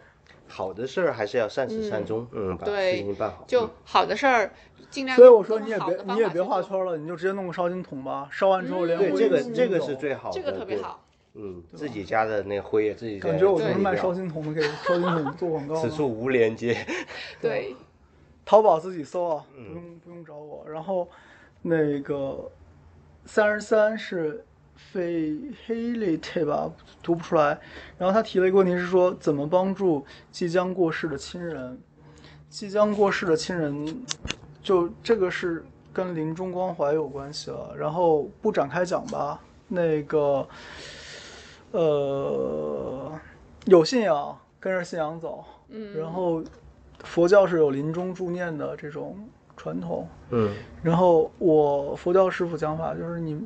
Speaker 2: 好的事儿，还是要善始善终，嗯，把
Speaker 3: 对
Speaker 2: 事情办好，
Speaker 3: 就好的事儿，尽量
Speaker 1: 所以我说
Speaker 3: 用
Speaker 1: 你也
Speaker 3: 好
Speaker 1: 别
Speaker 3: 的方
Speaker 1: 你也
Speaker 3: 法
Speaker 1: 别
Speaker 3: 去
Speaker 1: 画
Speaker 3: 做，嗯
Speaker 1: 圈了，你就直接弄个烧金桶吧，烧完之后连
Speaker 2: 对
Speaker 1: 灰
Speaker 2: 这个
Speaker 1: 都不
Speaker 2: 这个
Speaker 1: 弄
Speaker 2: 是
Speaker 1: 走
Speaker 2: 最好的，
Speaker 3: 这个特别
Speaker 2: 对
Speaker 3: 好。。
Speaker 2: 嗯，自己家的那个灰也自己
Speaker 1: 感觉我就
Speaker 2: 在
Speaker 1: 是
Speaker 2: 处理
Speaker 1: 卖
Speaker 2: 掉
Speaker 1: 烧金桶的，给烧金桶做广告
Speaker 2: 此
Speaker 1: 了。
Speaker 2: 处无连接。
Speaker 3: 对，
Speaker 1: 淘宝自己搜啊，
Speaker 2: 嗯
Speaker 1: 不用不用找我。然后那个三十三是费黑利特吧，读不出来。然后他提了一个问题是说，怎么帮助即将过世的亲人？即将过世的亲人，就这个是跟临终关怀有关系了。然后不展开讲吧。那个，呃，有信仰，跟着信仰走。
Speaker 3: 嗯
Speaker 1: 然后佛教是有临终助念的这种传统。
Speaker 2: 嗯
Speaker 1: 然后我佛教师傅讲法就是你，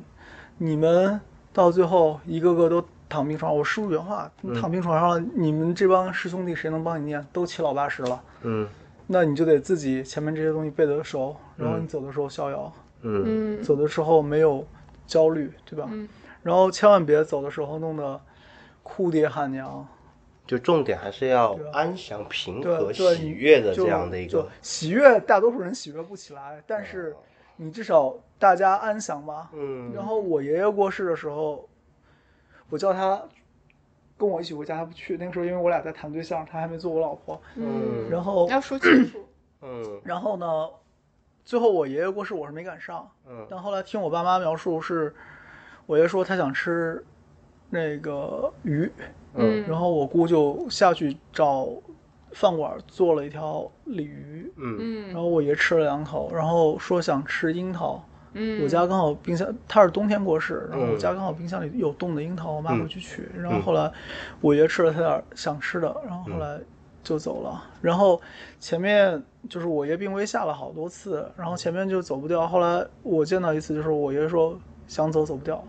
Speaker 1: 你们到最后一个个都躺病床，我师傅原话，
Speaker 2: 嗯
Speaker 1: 躺病床上，你们这帮师兄弟谁能帮你念？都七老八十了，
Speaker 2: 嗯
Speaker 1: 那你就得自己前面这些东西背得熟，然后你走的时候逍遥，
Speaker 2: 嗯
Speaker 3: 嗯，
Speaker 1: 走的时候没有焦虑，对吧？
Speaker 3: 嗯
Speaker 1: 然后千万别走的时候弄得哭爹喊娘，
Speaker 2: 就重点还是要
Speaker 1: 对啊
Speaker 2: 安详、平
Speaker 1: 对
Speaker 2: 和、
Speaker 1: 对
Speaker 2: 喜
Speaker 1: 你
Speaker 2: 悦的
Speaker 1: 就
Speaker 2: 这样的一
Speaker 1: 就
Speaker 2: 个。哦
Speaker 1: 喜悦，大多数人喜悦不起来，但是你至少大家安详吧。
Speaker 2: 嗯
Speaker 1: 然后我爷爷过世的时候，我叫他跟我一起回家，他不去。那个时候因为我俩在谈对象，他还没做我老婆。
Speaker 3: 嗯
Speaker 1: 然后，
Speaker 3: 要说清楚。
Speaker 2: 嗯
Speaker 1: 然后呢，最后我爷爷过世，我是没赶上。
Speaker 2: 嗯
Speaker 1: 但后来听我爸妈描述是，我爷说他想吃那个鱼，
Speaker 2: 嗯
Speaker 1: 然后我姑就下去找饭馆做了一条鲤鱼，
Speaker 2: 嗯
Speaker 1: 然
Speaker 3: 嗯
Speaker 1: 后我爷吃了两口，然后说想吃樱桃。
Speaker 3: 嗯，
Speaker 1: 我家刚好冰箱，他是冬天过世，然后我
Speaker 2: 嗯
Speaker 1: 家刚好冰箱里有冻的樱桃，我妈
Speaker 2: 嗯嗯
Speaker 1: 回去取。然后后来我爷吃了他点儿想吃的，然后后来就走了。然后前面就是我爷病危下了好多次，然后前面就走不掉。后来我见到一次，就是我爷说想走走不掉，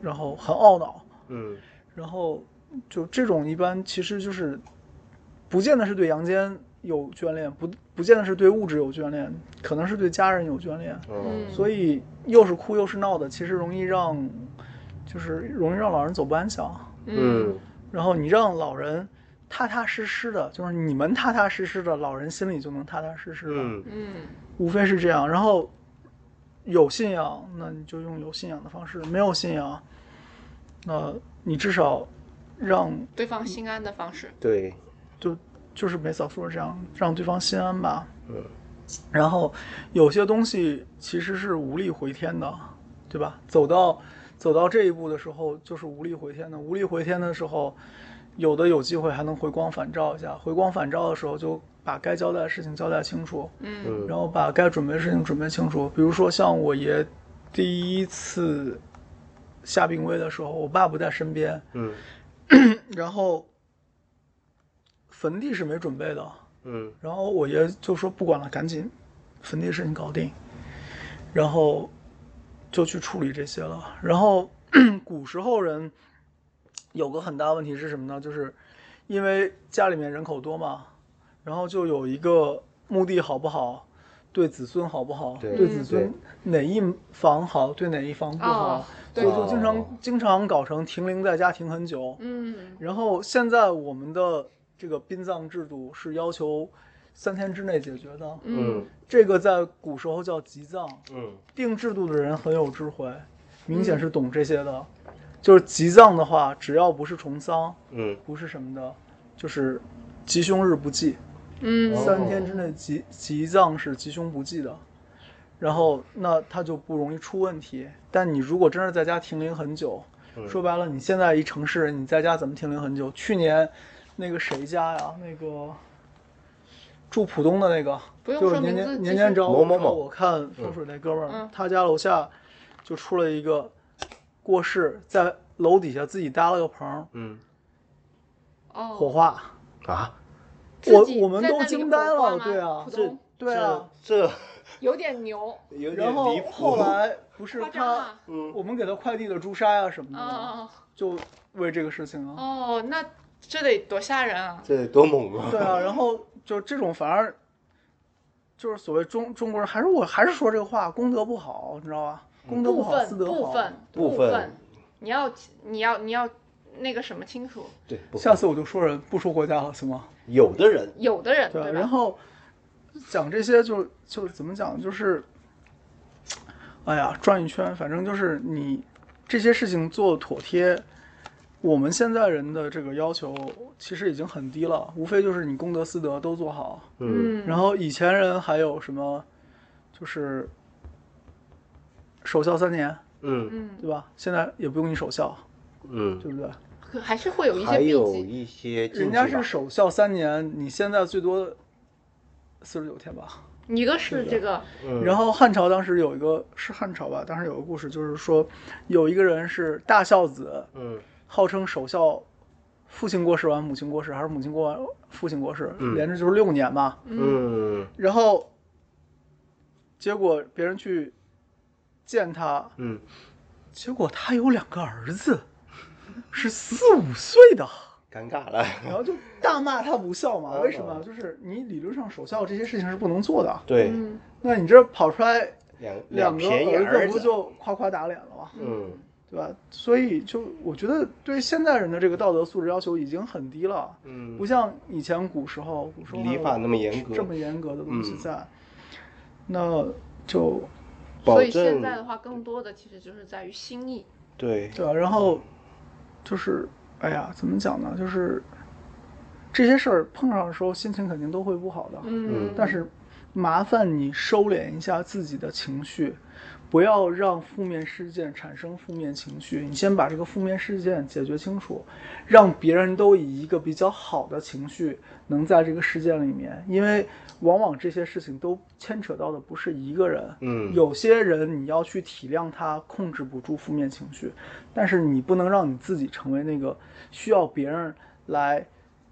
Speaker 1: 然后很懊恼。
Speaker 2: 嗯
Speaker 1: 然后就这种一般其实就是，不见得是对阳间有眷恋，不不见得是对物质有眷恋，可能是对家人有眷恋。
Speaker 2: 嗯
Speaker 1: 所以又是哭又是闹的，其实容易让，就是容易让老人走不安详。
Speaker 3: 嗯
Speaker 2: 嗯
Speaker 1: 然后你让老人踏踏实实的，就是你们踏踏实实的，老人心里就能踏踏实实的。
Speaker 2: 嗯
Speaker 3: 嗯
Speaker 1: 无非是这样。然后有信仰，那你就用有信仰的方式；没有信仰，那你至少让
Speaker 3: 对方心安的方式。
Speaker 2: 对，
Speaker 1: 就就是梅嫂说的这样，让对方心安吧。
Speaker 2: 嗯。
Speaker 1: 然后有些东西其实是无力回天的，对吧？走到走到这一步的时候，就是无力回天的。无力回天的时候，有的有机会还能回光返照一下。回光返照的时候，就把该交代的事情交代清楚。
Speaker 3: 嗯
Speaker 2: 嗯
Speaker 1: 然后把该准备的事情准备清楚。比如说像我爷第一次下病危的时候，我爸不在身边，
Speaker 2: 嗯
Speaker 1: 然后坟地是没准备的，
Speaker 2: 嗯
Speaker 1: 然后我爷就说不管了，赶紧坟地事情搞定，然后就去处理这些了。然后 古时候人有个很大问题是什么呢？就是因为家里面人口多嘛，然后就有一个墓地好不好，对子孙好不好，
Speaker 2: 对
Speaker 1: 子孙哪一房好，对哪一房不好，
Speaker 3: 哦
Speaker 1: 所
Speaker 3: 对
Speaker 1: 以就经常、
Speaker 2: 哦
Speaker 1: 经常搞成停灵在家停很久。
Speaker 3: 嗯
Speaker 1: 然后现在我们的这个殡葬制度是要求三天之内解决的，
Speaker 3: 嗯
Speaker 1: 这个在古时候叫急葬。
Speaker 2: 嗯
Speaker 1: 定制度的人很有智慧，明显是懂这些的。就是急葬的话，只要不是重丧，
Speaker 2: 嗯
Speaker 1: 不是什么的，就是吉凶日不忌，
Speaker 2: 哦
Speaker 3: 嗯
Speaker 1: 三天之内急急葬是吉凶不忌的。然后那它就不容易出问题。但你如果真是在家停灵很久，
Speaker 2: 嗯
Speaker 1: 说白了，你现在一城市，你在家怎么停留很久？去年那个谁家呀，那个住浦东的那个，
Speaker 3: 不用
Speaker 1: 就
Speaker 3: 说
Speaker 1: 是年
Speaker 3: 名字
Speaker 1: 年
Speaker 3: 继
Speaker 1: 年
Speaker 3: 续
Speaker 1: 年找我
Speaker 2: 某某某
Speaker 1: 找我看风水那哥们儿，
Speaker 3: 嗯
Speaker 1: 他家楼下就出了一个过世，在楼底下自己搭了个棚儿
Speaker 2: 嗯
Speaker 1: 火
Speaker 3: 哦，
Speaker 1: 化，
Speaker 2: 啊，
Speaker 3: 自
Speaker 1: 我
Speaker 3: 己
Speaker 1: 我们
Speaker 3: 在
Speaker 1: 都
Speaker 3: 那里
Speaker 1: 惊呆
Speaker 3: 火化
Speaker 1: 了，
Speaker 3: 吗
Speaker 1: 对啊
Speaker 3: 浦，东
Speaker 1: 对啊。
Speaker 2: 这
Speaker 3: 有点牛，
Speaker 2: 这有
Speaker 1: 然
Speaker 2: 点
Speaker 1: 后
Speaker 2: 离谱。
Speaker 1: 后来不是
Speaker 3: 夸张
Speaker 1: 他，嗯
Speaker 3: 啊！
Speaker 2: 嗯
Speaker 1: 我们给他快递的朱砂呀什么的，
Speaker 3: 哦
Speaker 1: 就为这个事情啊。
Speaker 3: 哦，那这得多吓人啊！
Speaker 2: 这多猛啊！
Speaker 1: 对啊，然后就这种反而就是所谓中中国人，还是我还是说这个话，功德不好，你知道吧？功德
Speaker 3: 部
Speaker 1: 好，
Speaker 3: 分
Speaker 1: 私德
Speaker 3: 部
Speaker 1: 好。
Speaker 3: 分
Speaker 2: 部分
Speaker 3: 分，你要你要你要那个什么清楚，
Speaker 2: 对，不
Speaker 1: 下次我就说人不说国家了，行吗？
Speaker 2: 有的人
Speaker 3: 有的人
Speaker 1: 对啊，
Speaker 3: 吧？
Speaker 1: 然后讲这些就就是怎么讲，就是，哎呀，转一圈，反正就是你这些事情做妥帖。我们现在人的这个要求其实已经很低了，无非就是你功德私德都做好，
Speaker 2: 嗯
Speaker 3: 嗯，
Speaker 1: 然后以前人还有什么，就是守孝三年，
Speaker 2: 嗯
Speaker 3: 嗯，
Speaker 1: 对吧？现在也不用你守孝，
Speaker 2: 嗯，
Speaker 1: 对不对？
Speaker 3: 可还是会有一些
Speaker 2: 还
Speaker 3: 避
Speaker 2: 有
Speaker 3: 忌，
Speaker 2: 一些禁忌
Speaker 1: 人
Speaker 2: 吧
Speaker 1: 家是守孝三年，你现在最多四十九天吧。
Speaker 3: 一个是这个
Speaker 2: 嗯
Speaker 1: 然后汉朝当时有一个是汉朝吧，当时有个故事，就是说有一个人是大孝子，
Speaker 2: 嗯
Speaker 1: 号称守孝，父亲过世完母亲过世，还是母亲过完父亲过世，
Speaker 2: 嗯
Speaker 1: 连着就是六年嘛。
Speaker 2: 嗯
Speaker 1: 然后结果别人去见他，
Speaker 2: 嗯
Speaker 1: 结果他有两个儿子，是四五岁的，
Speaker 2: 尴尬了，
Speaker 1: 然后就大骂他无效嘛？
Speaker 2: 嗯
Speaker 1: 为什么？就是你理论上守孝这些事情是不能做的，啊
Speaker 2: 对，
Speaker 3: 嗯
Speaker 1: 那你这跑出来
Speaker 2: 两
Speaker 1: 两个
Speaker 2: 便宜儿
Speaker 1: 子不就夸夸打脸了吗？
Speaker 2: 嗯
Speaker 1: 对吧？所以就我觉得对现代人的这个道德素质要求已经很低了，
Speaker 2: 嗯
Speaker 1: 不像以前古时候，古时候还有
Speaker 2: 礼法那么严格
Speaker 1: 这么严格的东西
Speaker 2: 嗯
Speaker 1: 在，那就
Speaker 2: 保
Speaker 3: 所以现
Speaker 2: 证
Speaker 3: 在的话，更多的其实就是在于心意，
Speaker 2: 对
Speaker 1: 对啊，然后就是，哎呀，怎么讲呢？就是这些事儿碰上的时候，心情肯定都会不好的。
Speaker 3: 嗯，
Speaker 1: 但是麻烦你收敛一下自己的情绪，不要让负面事件产生负面情绪。你先把这个负面事件解决清楚，让别人都以一个比较好的情绪能在这个事件里面，因为往往这些事情都牵扯到的不是一个人，
Speaker 2: 嗯
Speaker 1: 有些人你要去体谅他控制不住负面情绪，但是你不能让你自己成为那个需要别人来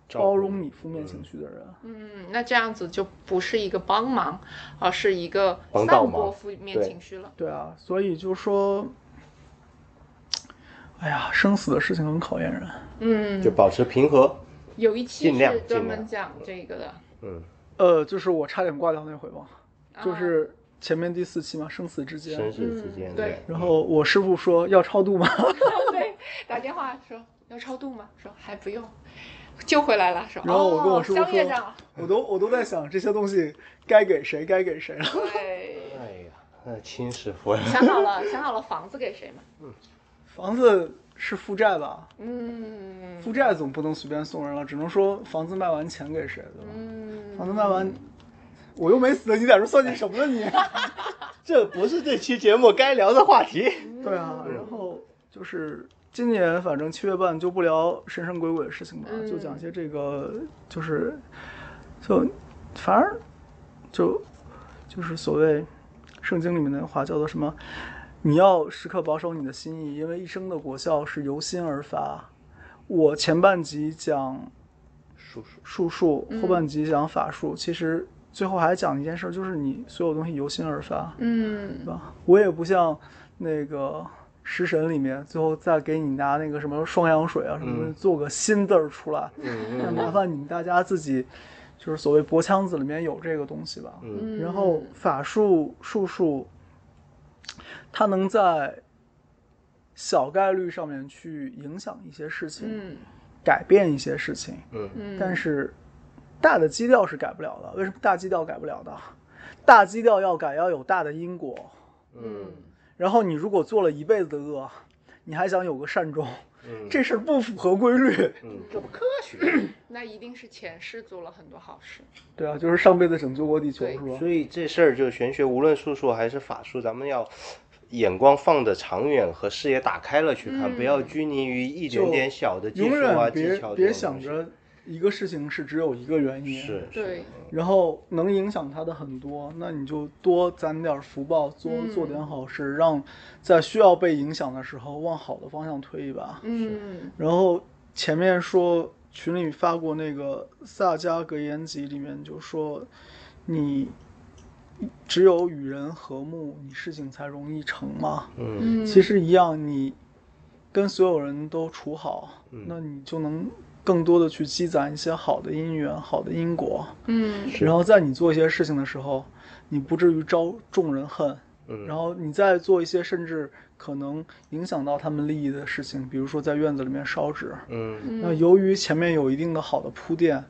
Speaker 2: 照顾
Speaker 1: 包容
Speaker 2: 你
Speaker 1: 你负面情
Speaker 2: 嗯
Speaker 1: 绪的人。
Speaker 3: 嗯，那这样子就不是一个帮忙，而是一个
Speaker 2: 帮倒
Speaker 3: 散播
Speaker 2: 忙
Speaker 3: 负面
Speaker 2: 对
Speaker 3: 情绪了。
Speaker 1: 对啊，所以就说，哎呀，生死的事情很考验人。
Speaker 3: 嗯
Speaker 2: 就，保持平和，
Speaker 3: 有一期
Speaker 2: 尽量
Speaker 3: 是专
Speaker 2: 尽
Speaker 3: 门
Speaker 2: 量
Speaker 3: 讲这个的，
Speaker 2: 嗯
Speaker 1: 呃，就是我差点挂掉那回嘛，就是前面第四期嘛，生死之间。
Speaker 2: 生死之间，
Speaker 3: 嗯
Speaker 2: 对
Speaker 3: 对。
Speaker 1: 然后我师傅说要超度吗？
Speaker 3: 对，打电话说要超度吗？说还不用，救回来了。说
Speaker 1: 然后我跟我师傅
Speaker 3: 哦、
Speaker 1: 说
Speaker 3: 相约上了。
Speaker 1: 我都我都在想这些东西该给谁，该给谁了。
Speaker 3: 对，
Speaker 2: 哎呀，那亲师傅呀，
Speaker 3: 想好了，想好了房子给谁嘛？
Speaker 1: 房子是负债吧？
Speaker 3: 嗯
Speaker 1: 负债总不能随便送人了，只能说房子卖完钱给谁，对吧？
Speaker 3: 嗯，
Speaker 1: 房子卖完，我又没死，你在这算计什么呢你？
Speaker 2: 这不是这期节目该聊的话题。
Speaker 1: 对啊，
Speaker 3: 嗯
Speaker 1: 然后就是今年反正七月半就不聊神神鬼鬼的事情吧，
Speaker 3: 嗯
Speaker 1: 就讲一些这个就是就反正就就是所谓圣经里面的话叫做什么？你要时刻保守你的心意，因为一生的果效是由心而发。我前半集讲
Speaker 2: 叔叔，
Speaker 1: 术数，后
Speaker 3: 嗯
Speaker 1: 半集讲法术，其实最后还讲一件事儿，就是你所有东西由心而发。
Speaker 3: 嗯
Speaker 1: 对吧？我也不像那个食神里面最后再给你拿那个什么双氧水啊什么的，
Speaker 2: 嗯
Speaker 1: 做个新字儿出来。
Speaker 2: 嗯
Speaker 1: 那麻烦你们大家自己，就是所谓脖腔子里面有这个东西吧。
Speaker 2: 嗯
Speaker 3: 嗯，
Speaker 1: 然后法术术数，它能在小概率上面去影响一些事情，
Speaker 3: 嗯
Speaker 1: 改变一些事情。
Speaker 2: 嗯
Speaker 3: 嗯，
Speaker 1: 但是大的基调是改不了的。为什么大基调改不了的？大基调要改，要有大的因果。
Speaker 2: 嗯
Speaker 1: 然后你如果做了一辈子的恶，你还想有个善终，
Speaker 2: 嗯，
Speaker 1: 这事儿不符合规律。
Speaker 2: 嗯这不科学。
Speaker 3: 那一定是前世做了很多好事。
Speaker 1: 对啊，就是上辈子拯救过地球，
Speaker 3: 对
Speaker 1: 是吧？
Speaker 2: 所以这事儿就玄学，无论术数还是法术，咱们要眼光放得长远和视野打开了去看，
Speaker 3: 嗯
Speaker 2: 不要拘泥于一点点小的技
Speaker 1: 永
Speaker 2: 术啊、
Speaker 1: 远
Speaker 2: 技
Speaker 1: 别
Speaker 2: 巧这种东西。
Speaker 1: 别想着一个事情是只有一个原因，
Speaker 2: 是，
Speaker 3: 对
Speaker 2: 是，
Speaker 1: 然后能影响他的很多，那你就多攒点福报，做
Speaker 3: 嗯
Speaker 1: 做点好事，让在需要被影响的时候往好的方向推一把。
Speaker 3: 嗯
Speaker 1: 然后前面说群里发过那个萨迦格言集里面就说，你只有与人和睦，你事情才容易成嘛。
Speaker 2: 嗯
Speaker 3: 嗯，
Speaker 1: 其实一样，你跟所有人都处好，
Speaker 2: 嗯
Speaker 1: 那你就能更多的去积攒一些好的因缘、好的因果。
Speaker 3: 嗯
Speaker 1: 然后在你做一些事情的时候，你不至于招众人恨。
Speaker 2: 嗯，
Speaker 1: 然后你再做一些甚至可能影响到他们利益的事情，比如说在院子里面烧纸，
Speaker 2: 嗯
Speaker 1: 那
Speaker 3: 嗯
Speaker 1: 由于前面有一定的好的铺垫，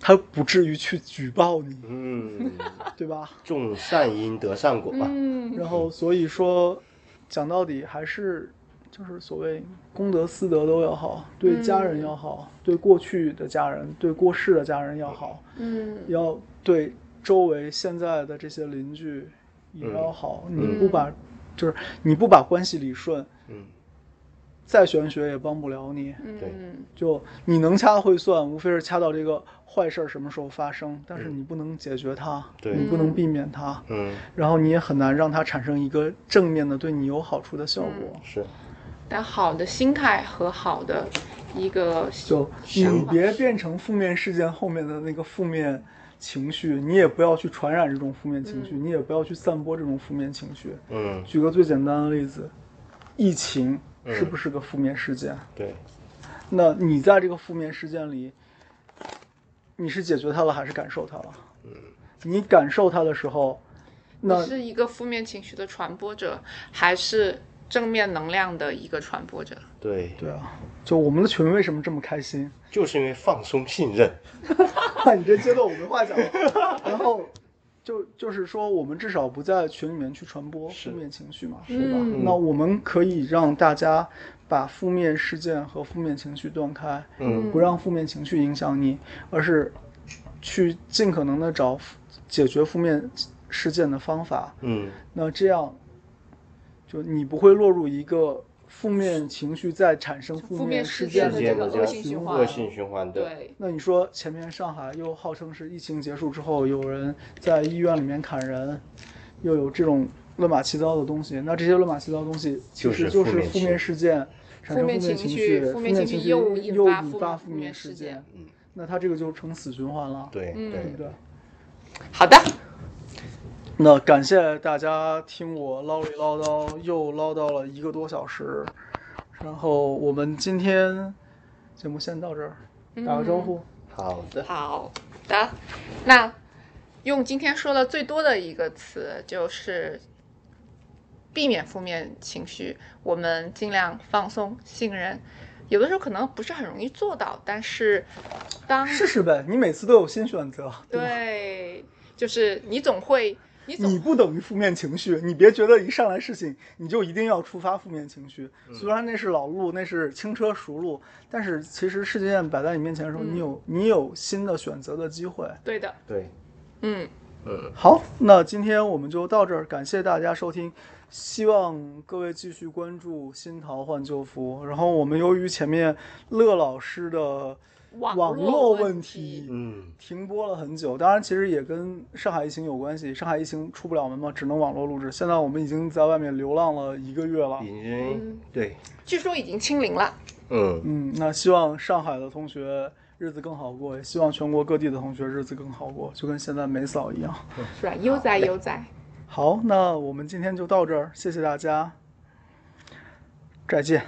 Speaker 1: 他不至于去举报你，
Speaker 2: 嗯，
Speaker 1: 对吧？
Speaker 2: 种善因得善果吧。
Speaker 3: 嗯
Speaker 1: 然后所以说，讲到底还是就是所谓功德私德都要好，对家人要好，对过去的家人、对过世的家人要好，
Speaker 3: 嗯
Speaker 1: 要对周围现在的这些邻居也要好。你不把就是你不把关系理顺，
Speaker 2: 嗯
Speaker 1: 再玄学也帮不了你。
Speaker 3: 嗯
Speaker 1: 就你能掐会算，无非是掐到这个坏事儿什么时候发生，但是你不能解决它，
Speaker 2: 嗯对
Speaker 1: 你不能避免它，
Speaker 2: 嗯，
Speaker 1: 然后你也很难让它产生一个正面的对你有好处的效果。
Speaker 2: 嗯是，
Speaker 3: 但好的心态和好的一个
Speaker 1: 就你
Speaker 2: 行吧
Speaker 1: 别变成负面事件后面的那个负面情绪，你也不要去传染这种负面情绪，你也不要去散播这种负面情绪。
Speaker 2: 嗯，
Speaker 1: 举个最简单的例子，疫情
Speaker 2: 嗯
Speaker 1: 是不是个负面事件？
Speaker 2: 对，
Speaker 1: 那你在这个负面事件里，你是解决它了还是感受它了？
Speaker 2: 嗯
Speaker 1: 你感受它的时候，那
Speaker 3: 你是一个负面情绪的传播者，还是正面能量的一个传播者？
Speaker 2: 对，
Speaker 1: 对啊，就我们的群为什么这么开心？
Speaker 2: 就是因为放松信任。
Speaker 1: 你这阶段我没话讲了。然后就就是说，我们至少不在群里面去传播
Speaker 2: 是
Speaker 1: 负面情绪嘛，
Speaker 3: 是
Speaker 1: 吧？
Speaker 3: 嗯
Speaker 1: 那我们可以让大家把负面事件和负面情绪断开，
Speaker 2: 嗯
Speaker 1: 不让负面情绪影响你，而是去尽可能的找解决负面事件的方法。
Speaker 2: 嗯
Speaker 1: 那这样，就你不会落入一个负面情绪再产生负
Speaker 3: 负面
Speaker 1: 事
Speaker 3: 事
Speaker 1: 件
Speaker 3: 件
Speaker 1: 的
Speaker 3: 的
Speaker 1: 这
Speaker 3: 这
Speaker 1: 个
Speaker 3: 个
Speaker 1: 恶
Speaker 3: 恶
Speaker 1: 性
Speaker 3: 性
Speaker 1: 循
Speaker 3: 循
Speaker 1: 环
Speaker 3: 环。
Speaker 2: 恶性循环的，
Speaker 3: 对，
Speaker 1: 那你说前面上海又号称是疫情结束之后有人在医院里面砍人，又有这种乱码七糟的东西，那这些乱码七糟的东西其实就
Speaker 2: 就
Speaker 1: 是是
Speaker 2: 负面情
Speaker 1: 负
Speaker 2: 绪
Speaker 1: 面事件产生
Speaker 3: 负面
Speaker 1: 情
Speaker 3: 情
Speaker 1: 绪，
Speaker 3: 绪
Speaker 1: 负
Speaker 3: 负面
Speaker 1: 面
Speaker 3: 情
Speaker 1: 情
Speaker 3: 绪
Speaker 1: 又
Speaker 3: 又
Speaker 1: 引
Speaker 3: 引
Speaker 1: 发
Speaker 3: 发
Speaker 1: 负
Speaker 3: 负
Speaker 1: 面
Speaker 3: 面负面
Speaker 1: 事嗯
Speaker 3: 事件，
Speaker 1: 那它这个就成死循环了，
Speaker 2: 对
Speaker 3: 嗯
Speaker 1: 对不对？
Speaker 3: 好的，
Speaker 1: 那感谢大家听我唠里唠叨，又唠叨了一个多小时，然后我们今天节目先到这儿，打个招呼。
Speaker 2: 好的，
Speaker 3: 嗯好的，那用今天说的最多的一个词就是避免负面情绪，我们尽量放松、信任。有的时候可能不是很容易做到，但是当
Speaker 1: 试试呗，你每次都有新选择，嗯对吧？
Speaker 3: 对，就是你总会，你总
Speaker 1: 你不等于负面情绪，你别觉得一上来事情你就一定要触发负面情绪。虽然那是老路，那是轻车熟路，但是其实事件摆在你面前的时候，你有你有新的选择的机会。
Speaker 3: 对的，
Speaker 2: 对，
Speaker 3: 嗯，
Speaker 2: 嗯，
Speaker 1: 好，那今天我们就到这儿，感谢大家收听，希望各位继续关注新桃换旧符。然后我们由于前面乐老师的网
Speaker 3: 络
Speaker 1: 络
Speaker 3: 问
Speaker 1: 问题
Speaker 2: 嗯，
Speaker 1: 停播了很久，当然其实也跟上海疫情有关系，上海疫情出不了门嘛，只能网络录制。现在我们已经在外面流浪了一个月了
Speaker 2: 已，经对，
Speaker 3: 据说已经清零了。
Speaker 2: 嗯，
Speaker 1: 嗯，那希望上海的同学日子更好过，也希望全国各地的同学日子更好过，就跟现在梅嫂一样。
Speaker 3: 是吧？悠
Speaker 1: 啊
Speaker 3: 哉悠哉，
Speaker 1: 好，那我们今天就到这儿，谢谢大家，再见。